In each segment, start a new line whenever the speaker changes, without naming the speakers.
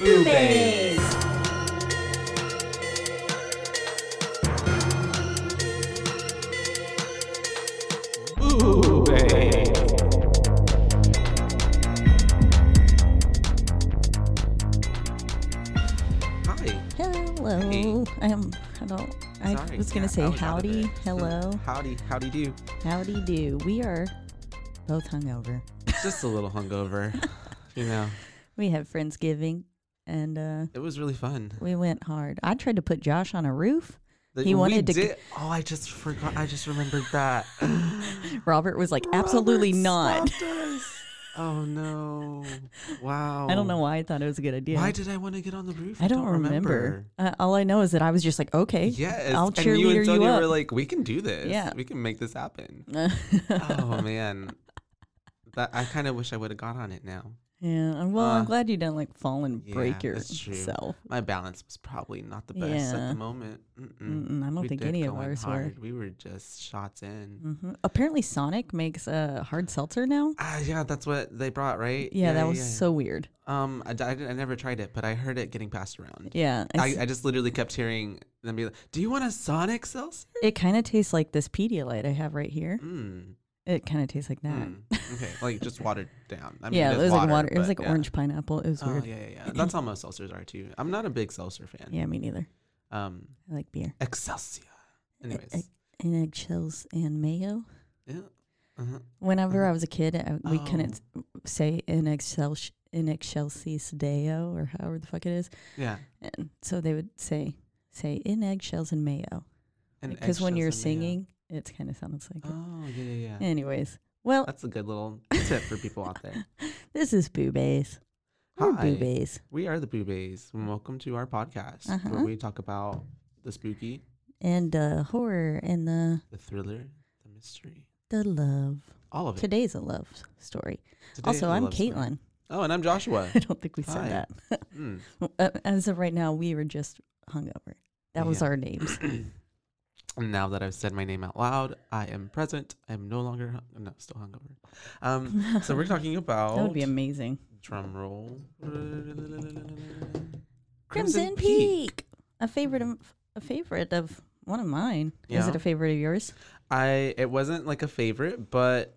Boobies.
Hi.
Hello.
Hey.
I am. I don't. I
Sorry,
was gonna
yeah,
say
I was out of
howdy.
it. Hmm.
Hello.
Howdy. Howdy do.
Howdy do. We are both hungover.
Just a little hungover. you know,
We had Friendsgiving, and uh,
it was really fun.
we went hard. I tried to put Josh on a roof.
The-
He
we
wanted to g-
Did, oh, I just forgot. I just remembered that.
Robert was like, absolutely
Robert
not.
stopped us. Oh no! Wow.
I don't know why I thought it was a good idea.
Why did I want to get on the roof?
I don't, remember. Uh, all I know is that I was just like, okay,
Yes.
I'll
and you and
cheerleader you
Sonia
up.
were like, "We can do this.
Yeah.
We can make this happen."
yeah.
oh man, that I kind of wish I would have got on it now.
and Well, I'm
Uh,
glad you didn't like fall and break
yeah, that's true.
yourself.
My balance was probably not the best at
Yeah.
the moment. Mm-mm.
Mm-mm, I don't
We
think
did
any of
go in
ours were.
hard. We were just shots in.
hmm Apparently, Sonic makes a hard seltzer now.
Ah, yeah, that's what they brought, right?
Yeah, that was so weird.
Um, I, d- I didn't- I never tried it, but I heard it getting passed around.
Yeah, I
I,
s-
I just literally kept hearing them be like, "Do you want a Sonic seltzer?"
it kind of tastes like this Pedialyte I have right here.
Mm,
It kind of tastes like that.
mm. Okay, like just watered down. I mean,
yeah,
it,
it
is
was like water. It was
but
like
yeah.
orange pineapple. It was
Oh,
weird.
yeah, yeah, yeah. That's how most seltzers are too. I'm not a big seltzer fan.
Yeah, me neither.
Um,
I like beer.
Excelsior.
E-
Anyways.
egg- and eggshells and mayo.
yeah. Uh-huh.
Whenever I was a kid, I, we couldn't s-
Oh.
say in Excel in Excelsis Deo or however the fuck it is,
Yeah.
and so they would say say in eggshells and mayo
and
because when
eggshells
you're
and mayo.
singing, it kind of sounds like. it.
Oh yeah, yeah, yeah.
Anyways, well,
That's a good little tip for people out there.
this is boobies. We're
Hi.
boobies.
We are the Boo Bays, and welcome to our podcast
Uh-huh.
where we talk about the spooky,
and uh, horror and the
the thriller, the mystery,
the love.
all of it.
Today's a love s- story.
Today is
also,
a
I'm
love story.
Caitlin.
Oh, and I'm Joshua.
I don't think we said
Hi.
that.
Mm.
Uh, As of right now, we were just hungover. That was
Yeah.
our names.
And now that I've said my name out loud, I am present. I am no longer hung- no, still hungover. Um, so we're talking about
That would be amazing.
drum roll. Crimson,
Crimson Peak. a favorite of a favorite of one of mine. Is it
Yeah.
a favorite of yours?
I it wasn't like a favorite, but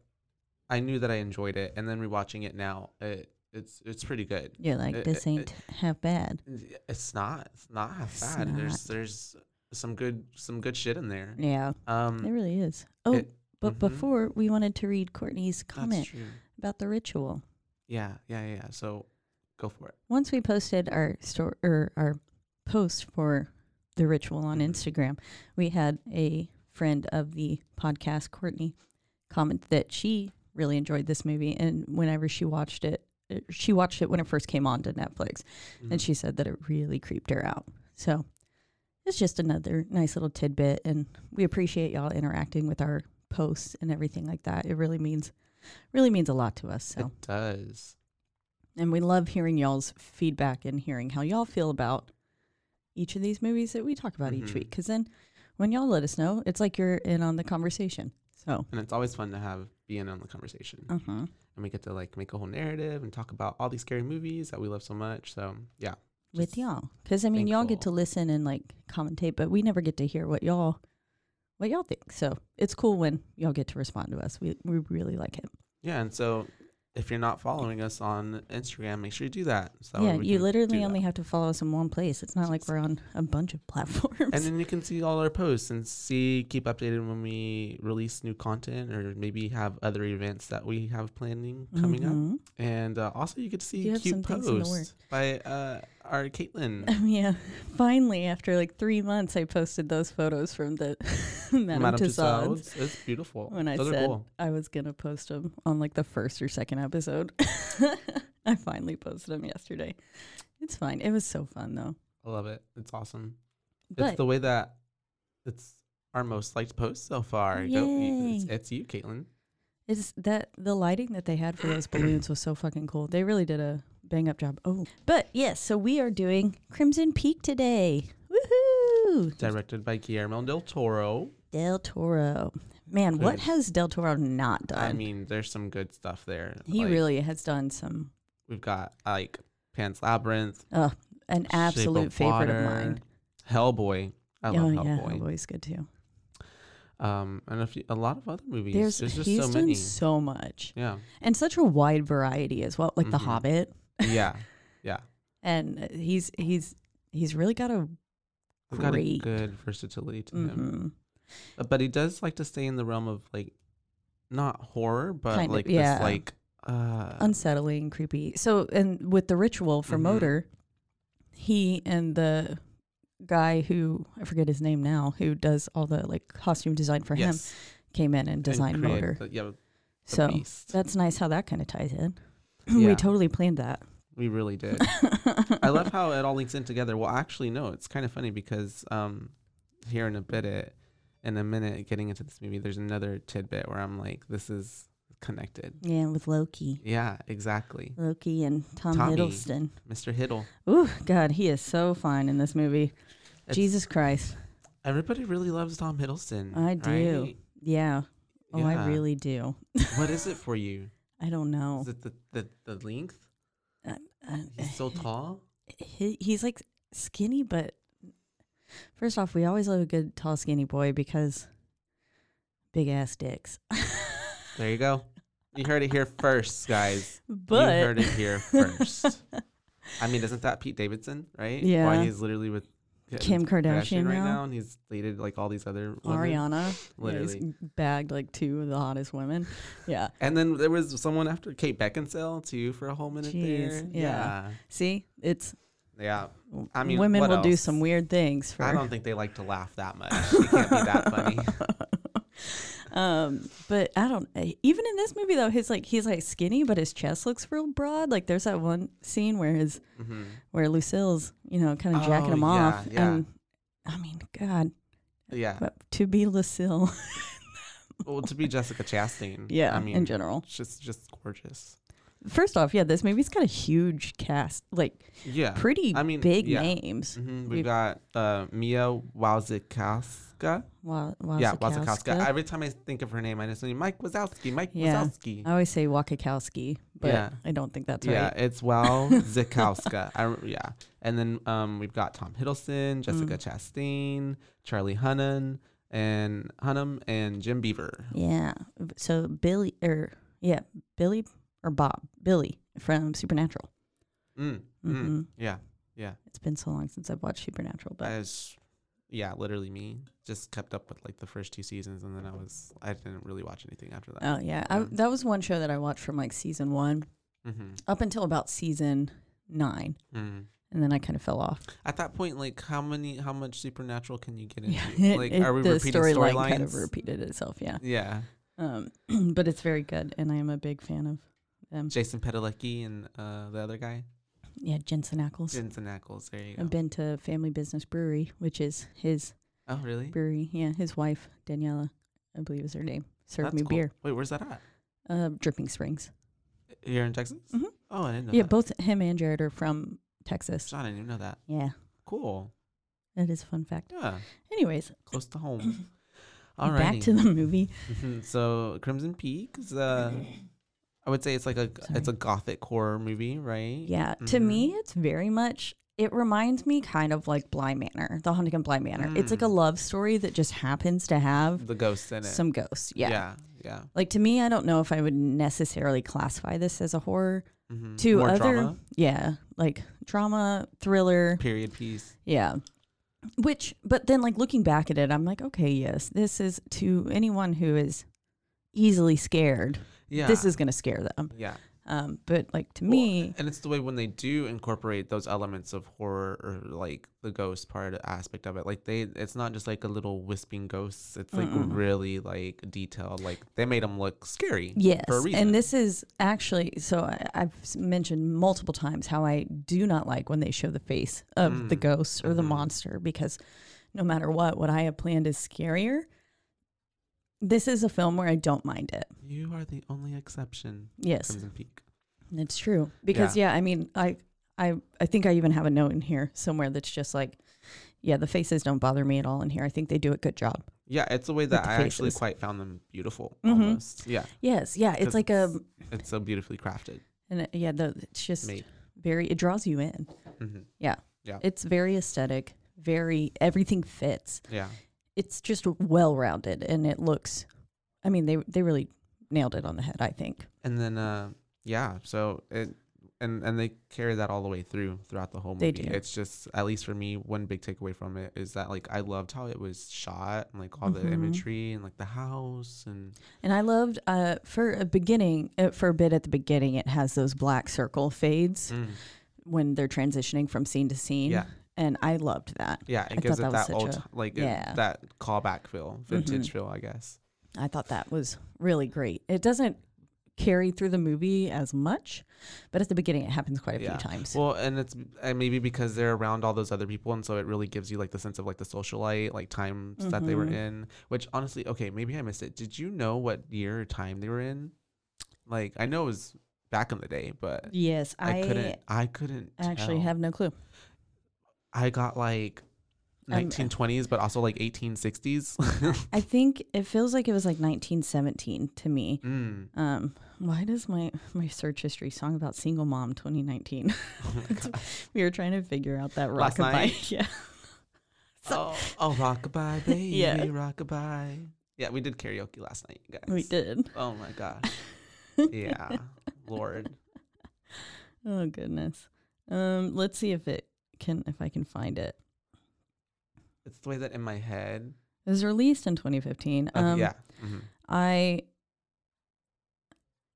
I knew that I enjoyed it, and then rewatching it now, it it's it's pretty good.
You're like
Uh,
this
uh, uh,
ain't half bad.
It's not it's not half
It's
bad. There's
not.
there's some good some good shit in there.
Yeah, it
Um,
really is. Oh,
it-
but
mhm.
before we wanted to read Courtney's
that's
comment
true.
about the ritual.
Yeah, yeah, yeah. yeah. So go for it.
once we posted our store or our post for the ritual on
Mhm.
Instagram, we had a friend of the podcast, Courtney, comment that she really enjoyed this movie, and whenever she watched it, uh, she watched it when it first came on to Netflix, and
Mhm.
she said that it really creeped her out. So it's just another nice little tidbit, and we appreciate y'all interacting with our posts and everything like that. It really means really means a lot to us. So
it does.
and we love hearing y'all's feedback and hearing how y'all feel about each of these movies that we talk about each
Mhm.
week. Because then when y'all let us know, it's like you're in on the conversation. So,
And it's always fun to have be in on the conversation,
uh-huh.
and we get to like make a whole narrative and talk about all these scary movies that we love so much. So yeah,
with
just-
y'all, because I mean, y'all get to
thankful.
listen and like commentate, but we never get to hear what y'all what y'all think. So it's cool when y'all get to respond to us. We we really like it.
Yeah, and so if you're not following us on Instagram, make sure you do that. So that way
yeah,
we
you
can
literally
do
only
that.
have to follow us in one place. It's not like we're on a bunch of platforms.
And then you can see all our posts and see keep updated when we release new content or maybe have other events that we have planning coming up.
Mhm.
And uh, also you get to see
You have
cute
some things in the
posts by uh, our Caitlin,
Um, yeah. Finally, after like three months, I posted those photos from the Madame,
Madame
Tussauds.
Tussauds. It's beautiful.
When I
Those
said
are cool.
I was gonna post them on like the first or second episode, I finally posted them yesterday. It's fine. It was so fun though.
I love it. It's awesome.
But
it's the way that it's our most liked post so far. Go, you- it's,
Yay.
it's you, Caitlin.
It's that the lighting that they had for those balloons was so fucking cool. They really did a bang up job. Oh, but yes, so we are doing Crimson Peak today. Woohoo!
Directed by Guillermo del Toro.
Del Toro. Man, what
Good.
has Del Toro not done?
I mean, there's some good stuff there.
he
Like,
really has done some
We've got like Pan's Labyrinth,
uh, an
Shape
absolute
of
favorite
Water,
of mine.
Hellboy. I
oh
love
yeah,
Hellboy.
Hellboy's good too.
Um, and a, few, a lot of other movies.
There's,
There's, just
he's
so
done
many.
so much
Yeah,
and such a wide variety as well, like The
Mhm.
Hobbit,
yeah, yeah.
and uh, he's he's he's really got a
We've got a
Great.
good versatility to him.
mhm.
Uh, but he does like to stay in the realm of like not horror but
Kind of,
like
yeah.
this like uh
unsettling, creepy. So, and with the ritual for
Mhm.
Motor, he and the guy who I forget his name now, who does all the like costume design for him,
yes,
came in and designed
and create
Motor.
the, yeah the
So
beast.
that's nice how that kind of ties in.
Yeah.
we totally planned that.
we really did i love how it all links in together well actually no it's kind of funny because um here in a bit it in a minute getting into this movie there's another tidbit where i'm like this is connected
Yeah, with Loki.
yeah exactly
Loki and Tom
Tommy.
Hiddleston.
mr hiddle
Ooh, God, he is so fine in this movie.
It's-
Jesus Christ.
everybody really loves tom hiddleston
I do.
right?
Yeah. Oh,
Yeah.
I really do.
what is it for you
I don't know.
is it the the, the length
Uh,
he's so tall
he, he's like skinny, but first off, we always love a good tall, skinny boy because big ass dicks.
There you go. You heard it here first, guys.
But
You heard it here first. I mean, isn't that Pete Davidson, right?
Yeah.
Why he's literally with
Kim Kardashian
right
now.
now, and he's dated like all these other women.
Ariana yeah, he's
literally.
bagged like two of the hottest women. Yeah.
And then there was someone after Kate Beckinsale too for a whole minute there.
Jeez, yeah. See, it's
yeah, yeah. I mean,
women
what
will do
else?
some weird things for.
I don't think they like to laugh that much. It can't be that funny.
um, but I don't. Even in this movie though, his like he's like skinny, but his chest looks real broad. Like there's that one scene where his
hmm
where Lucille's, you know, kind of jacking
Oh,
him
yeah,
off.
yeah.
And I mean, God,
Yeah.
but to be Lucille,
Well, to be Jessica Chastain.
yeah,
I mean,
in general.
she's just gorgeous.
First off, yeah, this movie's got a huge cast, like
Yeah.
pretty
I mean,
big
yeah.
names.
hmm
We've-
We've got uh, Mia Wazikowska.
Wa- Wazikowska.
Yeah, Wazikowska. Every time I think of her name, I just think Mike Wazowski. Mike
Yeah.
Wazowski.
I always say Wakakowski, but
Yeah.
I don't think that's
yeah,
right.
it's Wazikowska. I re- yeah, and then um, we've got Tom
Mm.
Hiddleston, Jessica Chastain, Charlie Hunnam, and Hunnam and Jim Beaver.
Yeah. So Billy, or yeah, Billy or Bob, Billy from Supernatural.
Mm, mm.
Mhm.
Yeah, yeah.
It's been so long since I've watched Supernatural, but
That is, yeah, literally me. Just kept up with like the first two seasons, and then I was I didn't really watch anything after that.
oh yeah, I,
Yeah.
that was one show that I watched from like season one
hmm
up until about season nine.
Mm.
and then I kind of fell off.
At that point, like how many, how much supernatural can you get into?
Yeah,
like,
it-
are we
the
repeating
storyline kind of
storylines?
repeated itself. Yeah,
yeah,
um, but it's very good, and I am a big fan of them.
Jason Padalecki and uh, the other guy,
yeah, Jensen Ackles.
Jensen Ackles. There you go.
I've been to Family Business Brewery, which is his
oh, really?
brewery. Yeah, his wife Daniela, I believe is her name, served
That's
me
cool.
beer.
Wait, where's that at?
Uh, Dripping Springs.
Here in Texas?
Mhm.
Oh, I didn't know.
Yeah,
that.
both him and Jared are from Texas.
John, I didn't even know that.
Yeah,
Cool.
that is a fun fact.
Yeah,
Anyways,
close to home. All right.
back to the movie.
so Crimson Peak is uh, I would say it's like a it's a gothic horror movie, right?
Yeah, to
Mhm.
me, it's very much. It reminds me kind of like Blind Manor, the Haunting of Blind Manor. It's like a
Mm.
love story that just happens to have
The ghosts in it.
some ghosts. Yeah.
Yeah. yeah.
Like to me, I don't know if I would necessarily classify this as a horror.
Mhm.
To
More
other,
drama,
yeah, like drama, thriller,
period piece.
yeah. Which, but then like looking back at it, I'm like, okay, yes, this is to anyone who is easily scared.
Yeah.
This is going to scare them.
Yeah.
Um, but like to me,
and it's the way when they do incorporate those elements of horror or like the ghost part aspect of it like they it's not just like a little wisping ghosts it's like
Mm-mm.
really like detailed like they made them look scary
yes,
for a reason
and this is actually so I, I've s- mentioned multiple times how I do not like when they show the face of the
Mm,
ghost or the
mhm.
monster because no matter what, what I have planned is scarier. This is a film where I don't mind it.
you are the only exception
Yes,
Crimson Peak
It's true because yeah. I mean, I I I think I even have a note in here somewhere that's just like, yeah, the faces don't bother me at all in here. I think they do a good job.
yeah it's the way that
the
I actually
faces.
quite found them beautiful
Mhm.
almost yeah
Yes, yeah, it's
'Cause
like a
it's so beautifully crafted
and it- yeah, the it's just
made
very it draws you in.
hmm
It's very aesthetic, very everything fits.
yeah
It's just well rounded and it looks. I mean, they they really nailed it on the head. I think.
and then uh yeah so it and and they carry that all the way through throughout the whole
They
movie
do.
it's just at least for me one big takeaway from it is that like i loved how it was shot and like all the
Mhm.
imagery and like the house and
And I loved uh, for a beginning uh, for a bit at the beginning. It has those black circle fades
Mm,
when they're transitioning from scene to scene.
yeah
and I loved that.
yeah
I
it gives
thought
it
that was
that old
such
ti- like it-
yeah. Mm-hmm.
that callback feel vintage feel i guess
I thought that was really great. It doesn't carry through the movie as much, but at the beginning it happens quite a
Yeah.
few times.
well and it's and maybe because they're around all those other people and so it really gives you like the sense of like the socialite like times that they were
Mhm.
in which honestly okay maybe i missed it did you know what year or time they were in like i know it was back in the day but
yes,
I,
I,
couldn't i couldn't
actually
tell.
have no clue.
i got like
I'm-
1920s but also like 1860s
I think it feels like it was like 1917 to me.
mm.
Um, why does my my search history song about single mom 2019? we were trying to figure out that
Last
rockabye. yeah.
oh, oh rockabye baby
Yeah.
rockabye yeah we did karaoke last night you guys
We did.
oh my gosh yeah lord
Oh goodness. Um, let's see if it can if I can find it.
it's the way that in my head
It was released in
okay,
2015. Um,
yeah mhm.
I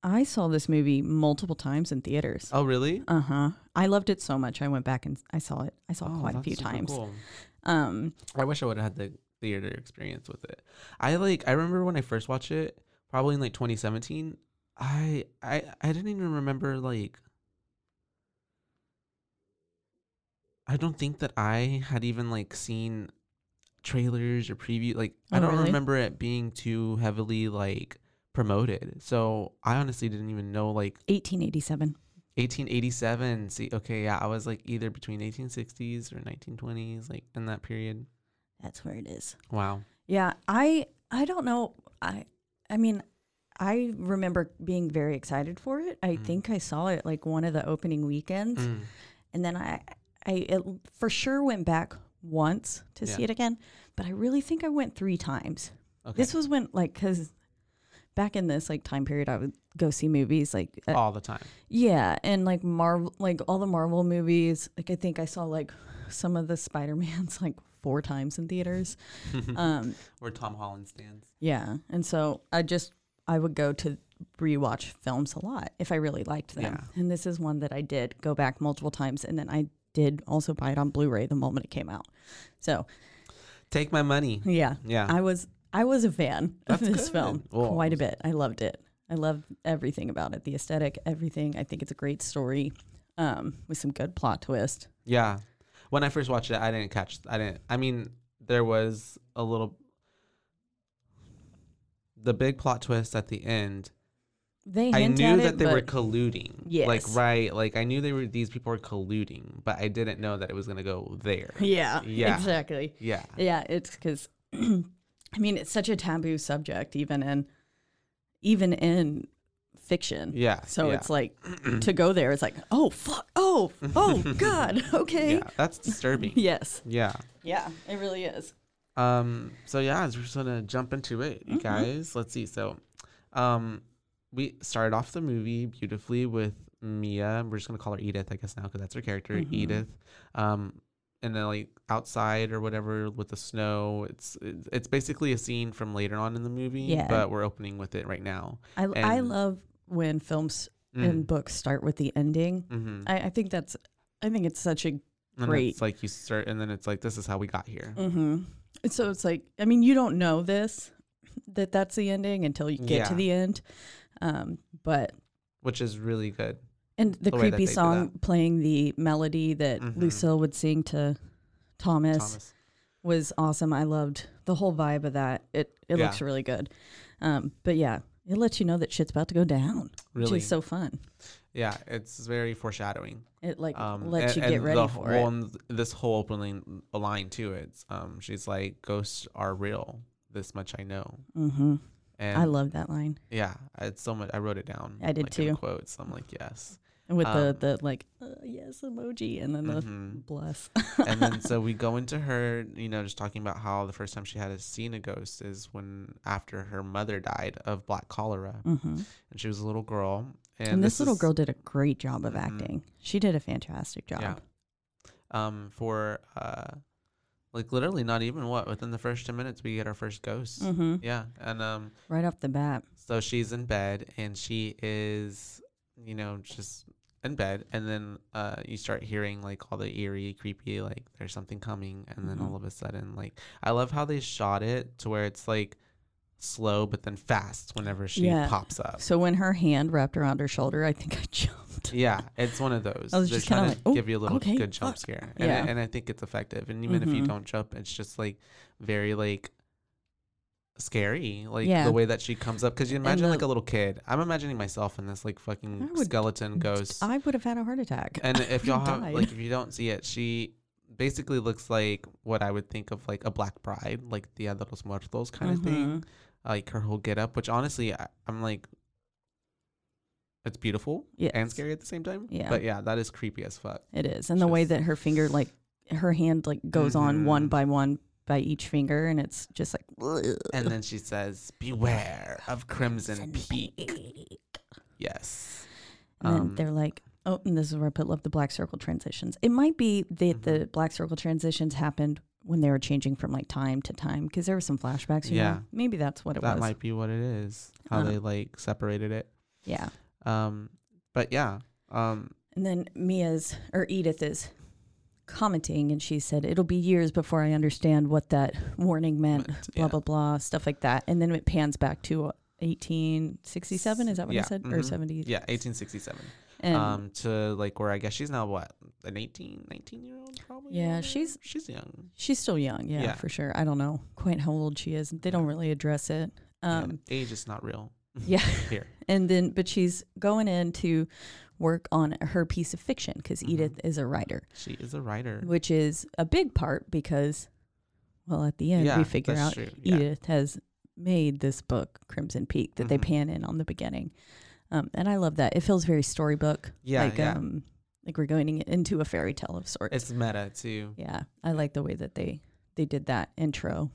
I saw this movie multiple times in theaters.
oh really
Uh huh. I loved it so much. I went back and I saw it. I saw it
Oh,
quite a
that's
few
super
times.
cool.
Um.
I wish I would have had the theater experience with it. I like I remember when I first watched it, probably in like 2017. I I I didn't even remember like I don't think that I had even like seen trailers or preview like I
Oh,
don't
really?
remember it being too heavily like promoted. So I honestly didn't even know like
1887.
1887. See, okay, yeah, I was like either between 1860s or 1920s like in that period.
That's where it is.
Wow.
Yeah. I I don't know. I I mean, I remember being very excited for it. I
Mm.
think I saw it like one of the opening weekends,
Mm.
and then I I it for sure went back once to see
Yeah.
it again, but I really think I went three times.
Okay.
This was when, like, because back in this like time period, I would go see movies like uh,
all the time.
yeah, and like Marvel, like all the Marvel movies. Like I think I saw like some of the Spider Mans like four times in theaters. um,
Where Tom Holland stands.
yeah, and so I just I would go to rewatch films a lot if I really liked them.
Yeah.
And this is one that I did go back multiple times, and then I did also buy it on Blu-ray the moment it came out. So
Take my money.
yeah,
Yeah.
I was I was a fan
That's
of this
good.
film
Well,
quite a bit. I loved it. I loved everything about it. The aesthetic, everything. I think it's a great story um, with some good plot twist.
yeah. When I first watched it, I didn't catch. I didn't. I mean, there was a little. The big plot twist at the end.
They
I
hint
knew
at
that
it,
they were
but-
colluding. Like
Yes.
right. Like I knew they were these people were colluding, but I didn't know that it was gonna go there.
yeah,
Yeah.
exactly.
Yeah.
Yeah, it's because I mean it's such a taboo subject, even in even in fiction.
Yeah.
So
yeah.
it's like to go there, it's like oh fuck, oh oh god, okay.
Yeah. That's disturbing.
Yes.
yeah.
Yeah, it really is.
Um. So yeah, we're just gonna jump into it, you
Mm-hmm.
guys. Let's see. So, um, we started off the movie beautifully with Mia. We're just gonna call her Edith, I guess now, because that's her character,
Mhm.
Edith. Um, and then like outside or whatever with the snow. It's it's it's basically a scene from later on in the movie.
Yeah.
But we're opening with it right now.
I, I
And- Mm.
love when films and books start with the ending.
Mm-hmm.
I, I think that's I think it's such a great.
It's like you start, and then it's like this is how we got here.
hmm so it's like I mean you don't know this that that's the ending until you get to
Yeah.
the end, um, but
which is really good.
and the,
The way that
creepy
they do
song
that.
playing the melody that
Mhm.
Lucille would sing to Thomas,
Thomas.
was awesome. I loved the whole vibe of that. It it
Yeah.
looks really good, um, but yeah, it lets you know that shit's about to go down,
Really.
which is so fun.
yeah, it's very foreshadowing.
It like
Um,
lets
a-
you get
and
ready
the
for
whole,
it.
and th- this whole opening line too. It's um, she's like, "Ghosts are real. This much I know."
hmm
And
I love that line.
Yeah, it's so much. I wrote it down.
I did
like, in
too.
Quotes. I'm like, yes.
And with
Um,
the, the like uh, yes emoji and then the
Mhm.
bless.
and then so we go into her, you know, just talking about how the first time she had seen a ghost is when after her mother died of black cholera,
hmm
and she was a little girl. And,
And, this, little
is,
girl did a great job of
Mhm.
acting. She did a fantastic job.
Yeah. um, for uh, like literally not even what within the first ten minutes we get our first ghost.
hmm
Yeah, and um,
Right off the bat.
so she's in bed and she is, you know, just in bed, and then uh, you start hearing like all the eerie, creepy, like there's something coming, and then
Mhm.
all of a sudden, like I love how they shot it to where it's like slow but then fast whenever she
Yeah.
pops up.
So when her hand wrapped around her shoulder, I think I jumped.
Yeah, it's one of those.
I was
They're
just kinda
trying
like,
to
"Oh,
give you a little
okay,
good jump
fuck."
scare, and,
Yeah.
I, and I think it's effective. And even if you
Mhm.
don't jump, it's just like very like scary, like
Yeah.
the way that she comes up. Because you
And
imagine like
the-
a little kid. I'm imagining myself in this like fucking
I would-
skeleton ghost.
I would have had a heart attack.
and if y'all have
died.
like if you don't see it, she basically looks like what I would think of like a black bride, like Dia de los Muertos kind of thing.
Mhm.
Like her whole get up, which honestly I, I'm like. It's beautiful and
Yes.
scary at the same time.
Yeah.
But yeah, that is creepy as fuck.
It is. And the way
Just-
that her finger like her hand like goes on one
Mhm.
by one by each finger and it's just like
And then she says, "Beware of Crimson Peak."
peak.
Yes.
And
Um,
then they're like, oh, and this is where I put love the black circle transitions. It might be that
Mm-hmm.
the black circle transitions happened when they were changing from like time to time because there were some flashbacks. You
Yeah.
Know? Maybe that's what it
That
was.
might be what it is. How
Um,
they like separated it.
yeah.
Um, but yeah. Um,
And then Mia's or Edith is commenting and she said, it'll be years before I understand what that warning meant,
Meant,
blah,
yeah.
blah, blah, stuff like that. And then it pans back to 1867. Is that what
yeah,
I said? Or
mhm.
70?
yeah, 1867.
And
um, to like where I guess she's now what an 18, 19 year old probably.
Yeah,
or-
she's-
she's young.
she's still young. Yeah,
Yeah.
for sure. I don't know quite how old she is. They don't really address it.
Yeah,
Um,
age is not real.
yeah.
Here.
and then but she's going in to work on her piece of fiction because
Mhm.
edith is a writer
She is a writer.
which is a big part because well at the end
Yeah,
we figure out
that's true, yeah.
edith has made this book crimson peak that they
Mhm.
pan in on the beginning um, and i love that it feels very storybook
Yeah,
like
yeah.
um like we're going into a fairy tale of sorts
It's meta too.
yeah i like the way that they they did that intro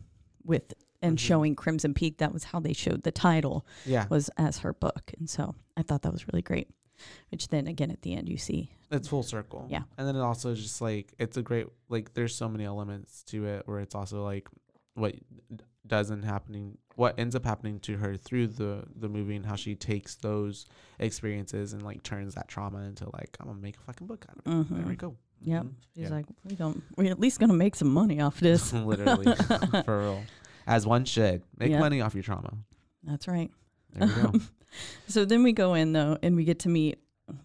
with and
Mhm.
showing crimson peak that was how they showed the title
Yeah,
was as her book. And so I thought that was really great. Which then again at the end you see.
it's full circle.
Yeah.
And then it also just like it's a great like there's so many elements to it where it's also like what d- doesn't happening what ends up happening to her through the the movie and how she takes those experiences and like turns that trauma into like I'm gonna make a fucking book out of it. There we
Mhm.
go.
Yep.
Mhm. Mm-hmm.
She's
Yeah.
like, we don't we're at least gonna make some money off this.
literally for real. As one should. Make
Yeah.
money off your trauma.
That's right.
There we go.
So then we go in though and we get to meet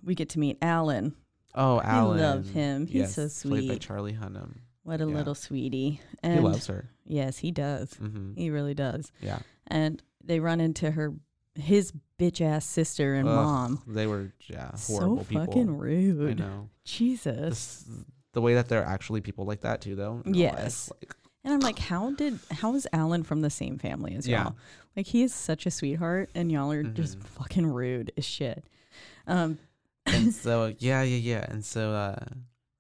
we get to meet Alan.
Oh,
I
Alan.
love him. He's so
Played by
sweet.
Charlie Hunnam.
What a
Yeah.
little sweetie.
he
And
loves her.
yes, he does.
hmm
He really does.
Yeah.
And they run into her his bitch ass sister and
Ugh,
mom.
They were yeah,
So
horrible people.
fucking rude.
I know.
Jesus.
This, the way that they're actually people like that too, though. in real life,
Yes.
like,
And I'm like, how did how is Alan from the same family as
Yeah.
y'all? Like he is such a sweetheart, and y'all are just
Mhm.
fucking rude as shit. Um,
and so yeah, yeah, yeah. And so uh,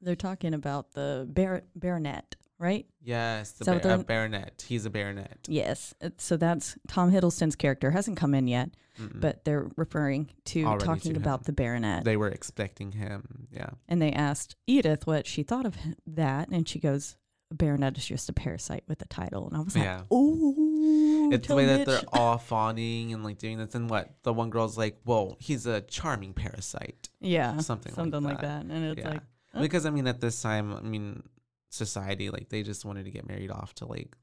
they're talking about the bar- baronet, right?
yes, the
So
bar-
they're-
a baronet. He's a baronet.
Yes. It- Uh, So that's Tom Hiddleston's character hasn't come in yet,
Mm-mm.
but they're referring to
Mm. Already
talking
to
about
him.
the baronet,
they were expecting him. Yeah.
and they asked Edith what she thought of h- that, and she goes, "A baronet is just a parasite with a title," and I was like,
Yeah.
"Oh, Ooh,
it's the
toe
way that they're
niche.
all fawning and like doing this. And what the one girl's like, "Whoa, he's a charming parasite."
yeah
something like
something like
that.
that, and it's
Yeah.
like Oh.
Because I mean, at this time, I mean, society like they just wanted to get married off to like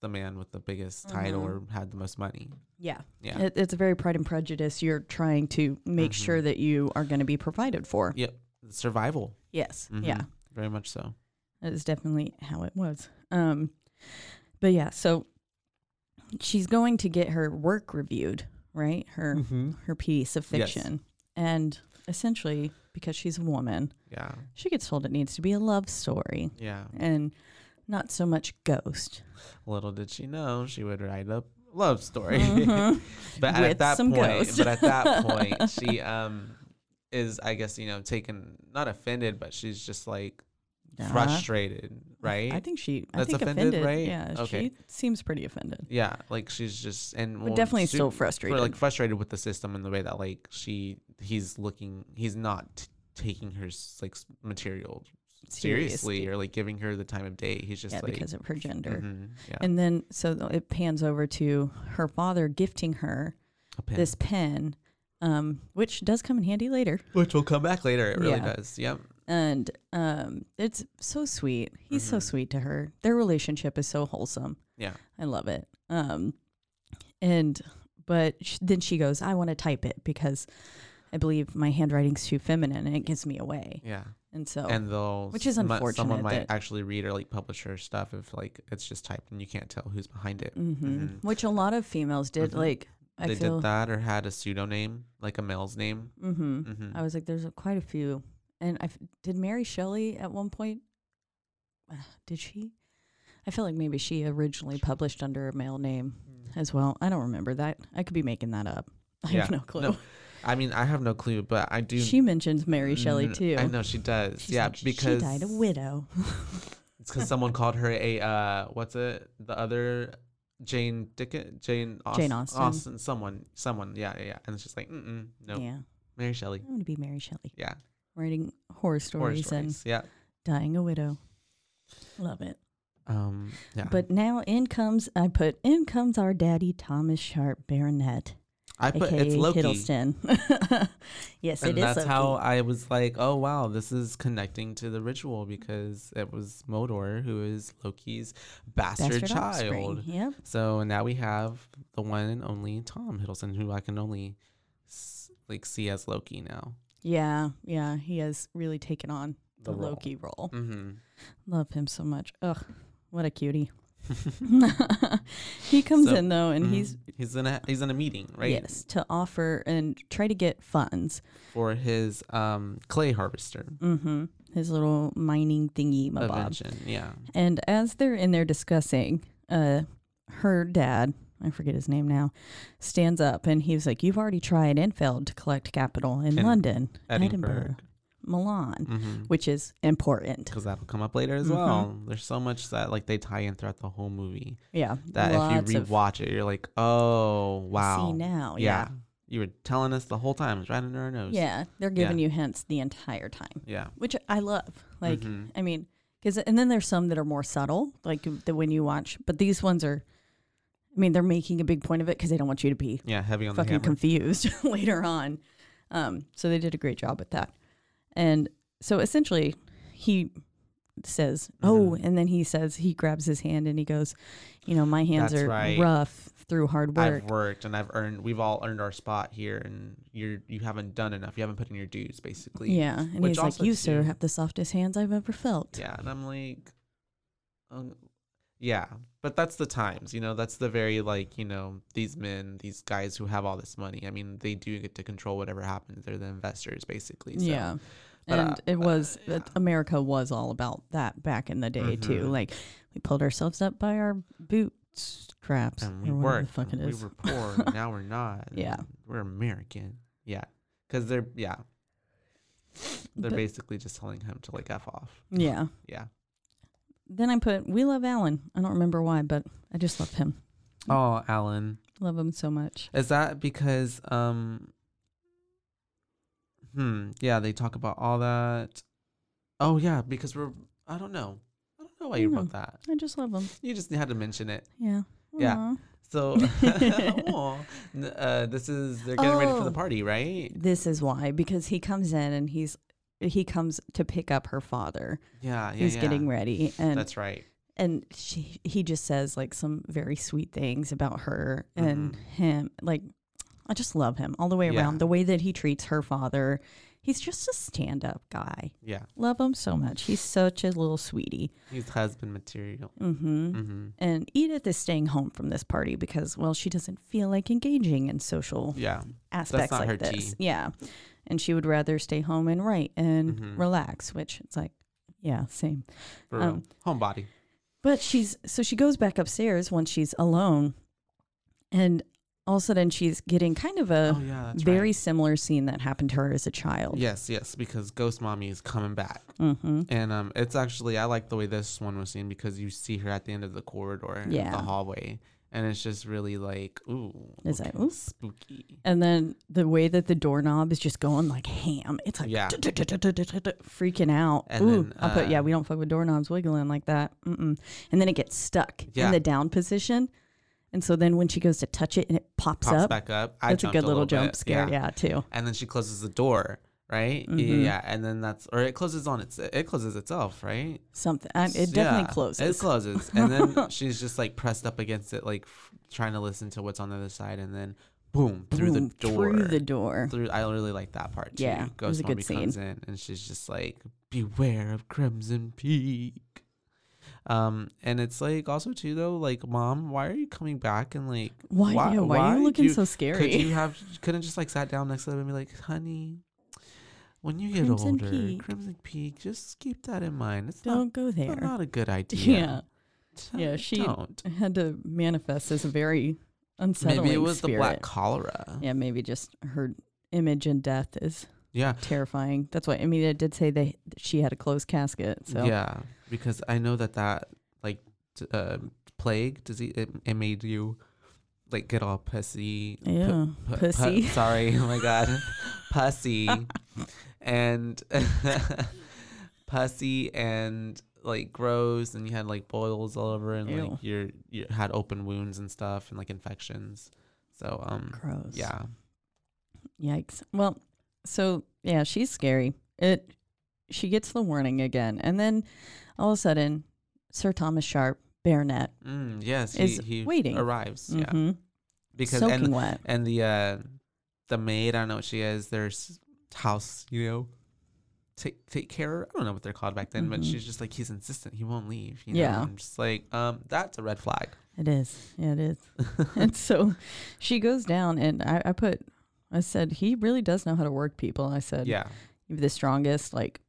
the man with the biggest title or
Mm-hmm.
had the most money.
yeah,
Yeah. Mm-hmm.
It, it's a very Pride and Prejudice. You're trying to make sure that you are going to be provided for.
Yep, survival.
Yes, yeah,
Mhm. very much so.
that is definitely how it was. Um, but yeah, so she's going to get her work reviewed, right? Her her piece of
Mm. Yes.
fiction, and essentially because she's a woman,
Yeah,
she gets told it needs to be a love story
yeah.
and not so much ghost.
Little did she know she would write a love story.
Mhm.
but
With
at that
some
point,
ghosts.
but at that point, she um is I guess you know taken not offended, but she's just like
Nah.
frustrated, right?
I think she. I
That's
think
offended,
offended,
right?
Yeah,
Okay.
she seems pretty offended,
yeah, like she's just and
but
well,
definitely
su-
still
fr-
frustrated.
like frustrated with the system and the way that like she he's looking he's not t- taking her s- like s- material seriously,
Seriously.
or like giving her the time of day. He's just
yeah,
like
because of her gender.
mhm, yeah,
And then so th- it pans over to her father gifting her
a pen.
this pen, um, which does come in handy later.
which will come back later. It really
Yeah.
does. Yep.
And um, it's so sweet. He's so
Mhm.
sweet to her. Their relationship is so wholesome.
Yeah.
I love it. Um, and but sh- then she goes, I want to type it because I believe my handwriting's too feminine and it gives me away.
Yeah.
And so
and they'll
Oh. Which is
some-
unfortunate
Someone might
that-
actually read or like publish her stuff if like it's just typed and you can't tell who's behind it.
hmm
Mhm.
which a lot of females did.
Mhm.
Like I
they
feel.
did that or had a pseudonym, like a male's name.
hmm
hmm
I was like, there's a, quite a few. And I f- did Mary Shelley at one point. Uh, did she? I feel like maybe she originally published under a male name
Mm.
as well. I don't remember that. I could be making that up. I have no clue.
I mean, I have no clue, but I do.
she mentions Mary Shelley
kn-
too.
Mm, I know she does.
She's
yeah,
like,
because
she died a widow.
It's because someone called her a uh, what's it? The other Jane Dickens, Jane Austen,
Jane Austen.
Austen, someone, someone. Yeah, yeah, yeah. And it's just like, mm mm, no,
Yeah,
Mary Shelley.
I'm gonna be Mary Shelley,
Yeah,
writing horror
horror
stories, and
stories. Yeah.
dying a widow. Love it.
Um. Yeah.
But now in comes I put in comes our daddy Thomas Sharp Baronet.
I put
AKA
it's Loki.
Hiddleston. yes,
and
it is.
that's
Loki.
how I was like, oh wow, this is connecting to the ritual because it was Modor who is Loki's bastard,
Bastard offspring.
child.
Yep.
So now we have the one and only Tom Hiddleston, who I can only s- like see as Loki now.
Yeah, yeah. He has really taken on the,
role.
Loki role.
Mm-hmm.
Love him so much. Ugh, what a cutie. he comes
So-
in though, and he's
Mm-hmm. he's in a he's in a meeting, right?
yes to offer and try to get funds.
For his um clay harvester
Mm-hmm. His little mining thingy, mabob.
invention. Yeah.
And as they're in there discussing, uh, her dad, I forget his name now, stands up and he was like, You've already tried and failed to collect capital in
In
London, Edinburgh,
Edinburgh.
Milan,
Mm-hmm.
which is important.
Because that'll come up later as
Mhm.
well. There's so much that like they tie in throughout the whole movie.
Yeah.
that
lots
if you
of
rewatch it, you're like, oh wow,
See now.
yeah.
Yeah.
you were telling us the whole time, it's right under our
Yeah.
nose,
they're giving you hints the entire time,
yeah,
which I love. Like,
Mhm.
I mean, because, and then there's some that are more subtle, like the when you watch, but these ones are, I mean, they're making a big point of it because they don't want you to be
yeah, heavy on the
fucking
hammer.
confused later on. Um, so they did a great job with that. And so essentially, he says,
Mm-hmm.
"Oh," and then he says he grabs his hand and he goes, "You know, my hands
That's
are
right.
rough through hard work."
I've worked and I've earned. We've all earned our spot here, and you're you haven't done enough. You haven't put in your dues, basically.
yeah, and
Which
he's like,
also
"You,
too-
sir, have the softest hands I've ever felt."
yeah, and I'm like, um, yeah, but that's the times, you know. That's the very like you know these men, these guys who have all this money. I mean, they do get to control whatever happens. They're the investors, basically. So.
Yeah.
But,
and
uh,
it
uh,
was
yeah.
America was all about that back in the day too.
Mhm.
Like we pulled ourselves up by our bootstraps.
and we
or whatever
worked.
The fuck it
and we
is.
were poor. and now we're not.
Yeah.
and we're American. Yeah, because they're yeah, they're
But-
basically just telling him to like f off.
yeah.
Yeah.
Then I put We Love Alan. I don't remember why, but I just love him.
Oh, Alan,
Love him so much.
is that because um? Hmm. Yeah, they talk about all that. Oh yeah, because we're. I don't know. I don't know why you
don't
wrote that.
I just love him.
You just had to mention it.
Yeah.
Yeah.
Aw.
So, Aw. N- uh, this is they're getting ready for the
Oh.
party, right?
This is why because he comes in and he's he comes to pick up her father.
Yeah, yeah,
he's
yeah.
getting ready and
That's right.
and she he just says like some very sweet things about her and him like i just love him all the way
Mm-hmm. Yeah.
around the way that he treats her father he's just a stand-up guy
Yeah,
love him so much he's such a little sweetie
he's husband material.
hmm
hmm
and edith is staying home from this party because well she doesn't feel like engaging in social
Yeah,
aspects
not
like
her
this
tea.
yeah and she would rather stay home and write and
Mhm.
relax which it's like yeah same
for
Um,
real. homebody.
But she's so she goes back upstairs once she's alone, and all of a sudden she's getting kind of a
oh yeah, that's
uh, very
right.
similar scene that happened to her as a child.
Yes, yes, because Ghost Mommy is coming back,
Mm-hmm.
and um, it's actually I like the way this one was seen because you see her at the end of the corridor, and
Yeah.
the hallway, and it's just really like ooh,
It's like,
okay,
ooh.
spooky.
And then the way that the doorknob is just going like ham. It's like
Yeah.
freaking out.
And
Ooh,
then,
I'll put
uh,
yeah, we don't fuck with doorknobs wiggling like that. Mm-mm. And then it gets stuck
Yeah.
in the down position. And so then when she goes to touch it and it pops,
Pops
up,
back up. I
that's a
jumped
good little, jump
bit,
scare. Yeah, too.
and then she closes the door, right? Yeah,
Mhm.
yeah, and then that's or it closes on its it closes itself, right?
Something. I, it definitely
Yeah,
closes.
It closes, and then she's just like pressed up against it, like f- trying to listen to what's on the other side, and then boom, through the
Boom,
door.
Through the door.
Through- I really like that part too.
Yeah, it
Ghost
was a good
Mommy comes in and she's just like, "Beware of Crimson Peak." Um, and it's like also too though, like, mom, why are you coming back and like,
Why?
why-
yeah, why, are
why
you looking
do-
so
could
scary?
you have couldn't just like sat down next to them and be like, honey, when you get
Crimson
older,
Peak.
Crimson Peak, just keep that in mind. It's not
Don't go
but
there.
not a good idea.
Yeah.
T-
Yeah, she-
don't.
I had to manifest as a very unsettling
Maybe it was
spirit.
the black cholera. Yeah.
Yeah, maybe just her image and death is terrifying. That's why I mean, it did say they she had a closed casket. So
Yeah. Because I know that that like t- uh, plague disease it, it made you like get all pussy. pu-
Yeah,
pu- pu-
pussy.
sorry. Oh my god. pussy. And pussy and like gross and you had like boils all over and like your you had open wounds and stuff and like infections. So um
gross.
yeah.
Yikes. Well, so yeah, she's scary. It she gets the warning again, and then all of a sudden, Sir Thomas Sharp, baronet,
Mm, yes,
is
he, he
waiting.
arrives. Yeah,
mhm,
because
soaking
and
wet.
and the uh, the maid, I don't know what she is. There's house, you know, take take care. I don't know what they're called back then, but
Mhm.
she's just like he's insistent. He won't leave. You know?
Yeah.
I'm just like um, that's a red flag.
It is. Yeah, it is. and so she goes down, and I, I put, I said, he really does know how to work people. I said,
yeah,
"You're the strongest, like,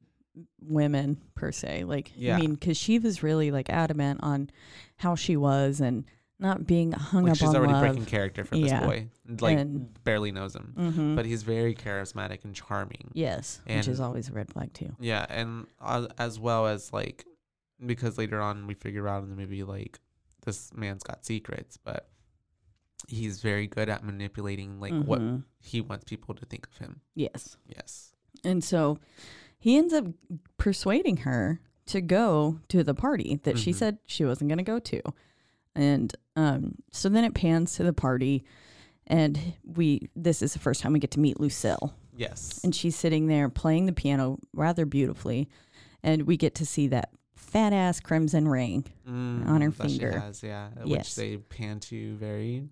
women per se. Like,
Yeah.
I mean, because she was really, like, adamant on how she was and not being hung
like
up
she's
on
already
love.
breaking character for this
Yeah.
boy. Like
And-
barely knows him,
Mhm.
but he's very charismatic and charming.
yes, which
and-
is always a red flag, too.
Yeah, and uh, as well as like because later on we figure out in the movie like this man's got secrets, but he's very good at manipulating like what
Mhm.
he wants people to think of him.
Yes.
Yes.
And so he ends up persuading her to go to the party that she
Mhm.
said she wasn't going to go to. And um, so then it pans to the party, and we this is the first time we get to meet Lucille,
Yes.
and she's sitting there playing the piano rather beautifully, and we get to see that fat ass crimson ring. on her
Mm, that she
finger.
has, yeah. Which
Yes.
they pan to very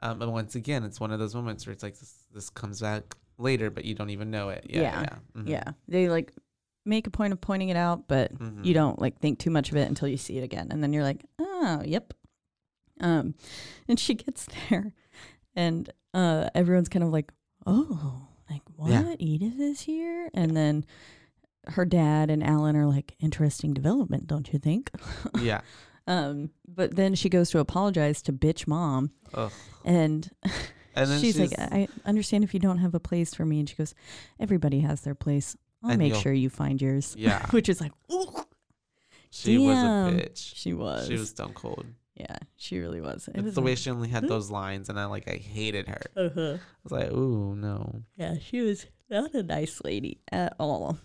um and once again it's one of those moments where it's like this this comes back later but you don't even know it. Yeah. Yeah. Mm-hmm.
Yeah. Yeah, they like make a point of pointing it out, but
Mhm.
you don't like think too much of it until you see it again and then you're like oh yep um and she gets there and uh everyone's kind of like oh like what
Yeah.
edith is here and then her dad and alan are like interesting development don't you think
Yeah.
um but then she goes to apologize to bitch mom
Ugh.
and,
And then
she's, like uh, i understand if you don't have a place for me and she goes everybody has their place i'll
And
make
you'll-
sure you find yours
Yeah.
which is like ooh
She was
Damn.
a bitch.
she was
She was stone cold.
Yeah, she really was. It
It's
was
the
a-
way she only had
"Ooh."
those lines, and I like I hated her. I
Uh-huh.
was like, ooh no.
Yeah, she was not a nice lady at all.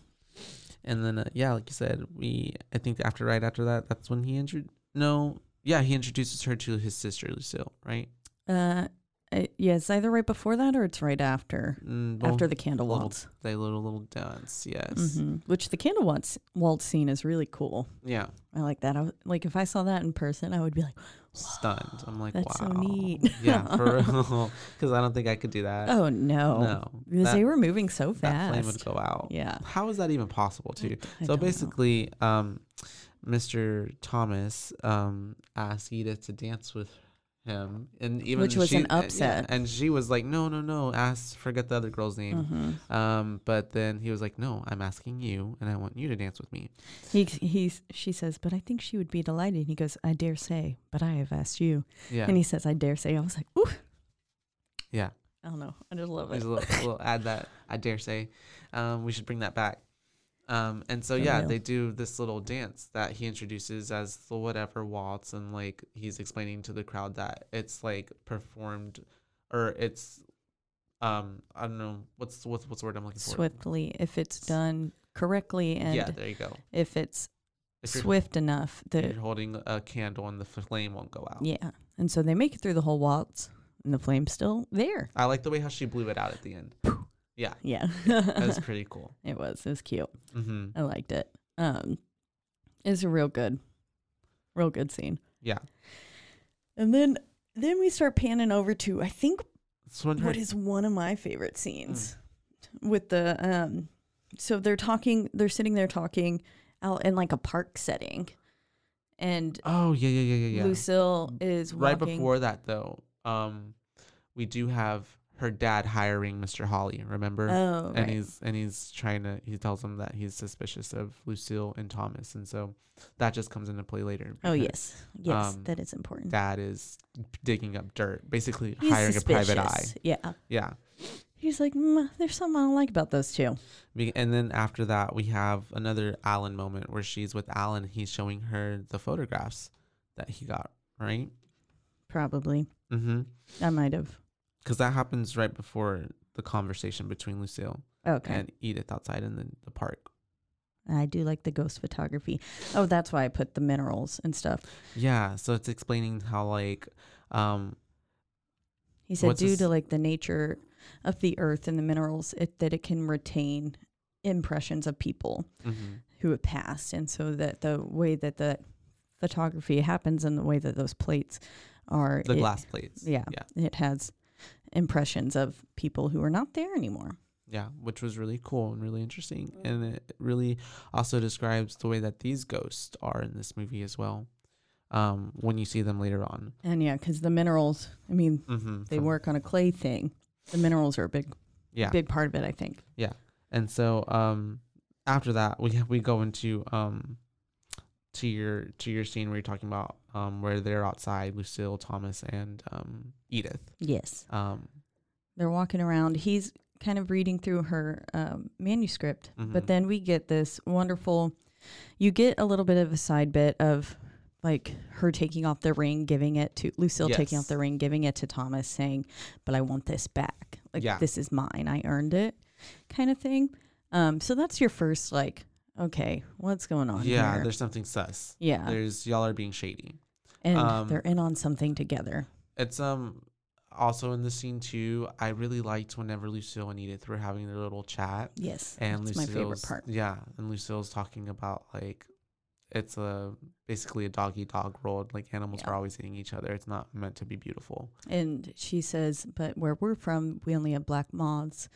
And then uh, yeah, like you said, we I think after right after that, that's when he injured. No, Yeah, he introduces her to his sister Lucille, right?
Uh, uh, yeah, it's either right before that or it's right after.
Mm,
after
both
the candle
little-
waltz,
they little little dance. Yes.
hmm which the candle waltz waltz scene is really cool.
Yeah.
I like that. I, was- like if I saw that in person, I would be like,
Stunned. I'm like,
That's so
wow.
neat.
yeah, for real. Because I don't think I could do that.
"Oh no!"
no.
Because
that,
they were moving so
that flame
fast.
would go out.
Yeah.
How is that even possible, too?
I
so
don't know.
basically, um, Mr. Thomas um, asked Edith to dance with him, and even
Which was
she-
an
uh, yeah,
upset.
and she was like, "No, no, no, ask forget the other girl's name."
Mhm.
Um, but then he was like, "No, I'm asking you, and I want you to dance with me."
He he's she says, but I think she would be delighted. And he goes, I dare say, but I have asked you.
Yeah,
And he says, I dare say. I was like, ooh.
Yeah.
I don't know. I just love it.
There's a little, we'll add that. I dare say, um, we should bring that back. Um, and so
For
yeah,
real.
they do this little dance that he introduces as the whatever waltz, and like he's explaining to the crowd that it's like performed, or it's, um, I don't know what's what's what's the word I'm looking for.
Swiftly, if it's done correctly, and
Yeah, there you go.
if it's
If you're,
swift enough,
if
the
you're holding a candle and the flame won't go out.
yeah. And so they make it through the whole waltz, and the flame's still there.
I like the way how she blew it out at the end. Yeah,
Yeah,
that was pretty cool.
it was. It was cute.
hmm
I liked it. Um, it's a real good, real good scene.
Yeah,
And then then we start panning over to I think
so when her-
what is one of my favorite scenes
Mm.
with the um so they're talking they're sitting there talking out in like a park setting and
oh yeah yeah yeah yeah yeah.
lucille is
right
walking-
before that though um we do have her dad hiring mr holly remember
oh
and
right.
he's and he's trying to he tells him that he's suspicious of lucille and thomas and so that just comes into play later
oh
because
yes yes
um,
that is important
dad is digging up dirt basically
He's
hiring a private eye
suspicious. yeah
yeah
he's like mm, there's something i don't like about those two
Be- and then after that we have another alan moment where she's with alan he's showing her the photographs that he got right
probably
mm-hmm
i might have
because that happens right before the conversation between lucille
okay
and Edith outside in the, the park.
i do like the ghost photography oh that's why i put the minerals and stuff
Yeah, so it's explaining how like um
He said,
What's
due
his-
to like the nature of the earth and the minerals, it, that it can retain impressions of people
mhm,
who have passed, and so that the way that the photography happens and the way that those plates are,
the
it,
glass plates.
yeah.
Yeah.
it has impressions of people who are not there anymore.
Yeah, which was really cool and really interesting.
Mm.
And it really also describes the way that these ghosts are in this movie as well. Um, when you see them later on.
And yeah, because the minerals, I mean,
Mm-hmm,
they work on a clay thing. The minerals are a big,
Yeah.
big part of it, I think.
And so um after that we we go into um to your to your scene where you're talking about um where they're outside, Lucille, Thomas and um Edith.
Yes.
Um
they're walking around. He's kind of reading through her um, manuscript,
Mhm.
but then we get this wonderful. You get a little bit of a side bit of like her taking off the ring, giving it to Lucille, taking
Yes.
off the ring, giving it to Thomas, saying, "But I want this back. Like
Yeah.
this is mine. I earned it," kind of thing. Um, so that's your first like, okay, what's going on
yeah,
here?
there's something sus.
Yeah,
There's y'all are being shady.
and
um,
they're in on something together.
It's um also in the scene too. I really liked whenever Lucille and Edith were having their little chat,
Yes,
and
that's my
Lucille's
favorite part.
yeah, and Lucille's talking about like it's a basically a doggy dog world. Like animals
Yeah.
are always eating each other. It's not meant to be beautiful.
And she says, but where we're from, we only have black moths.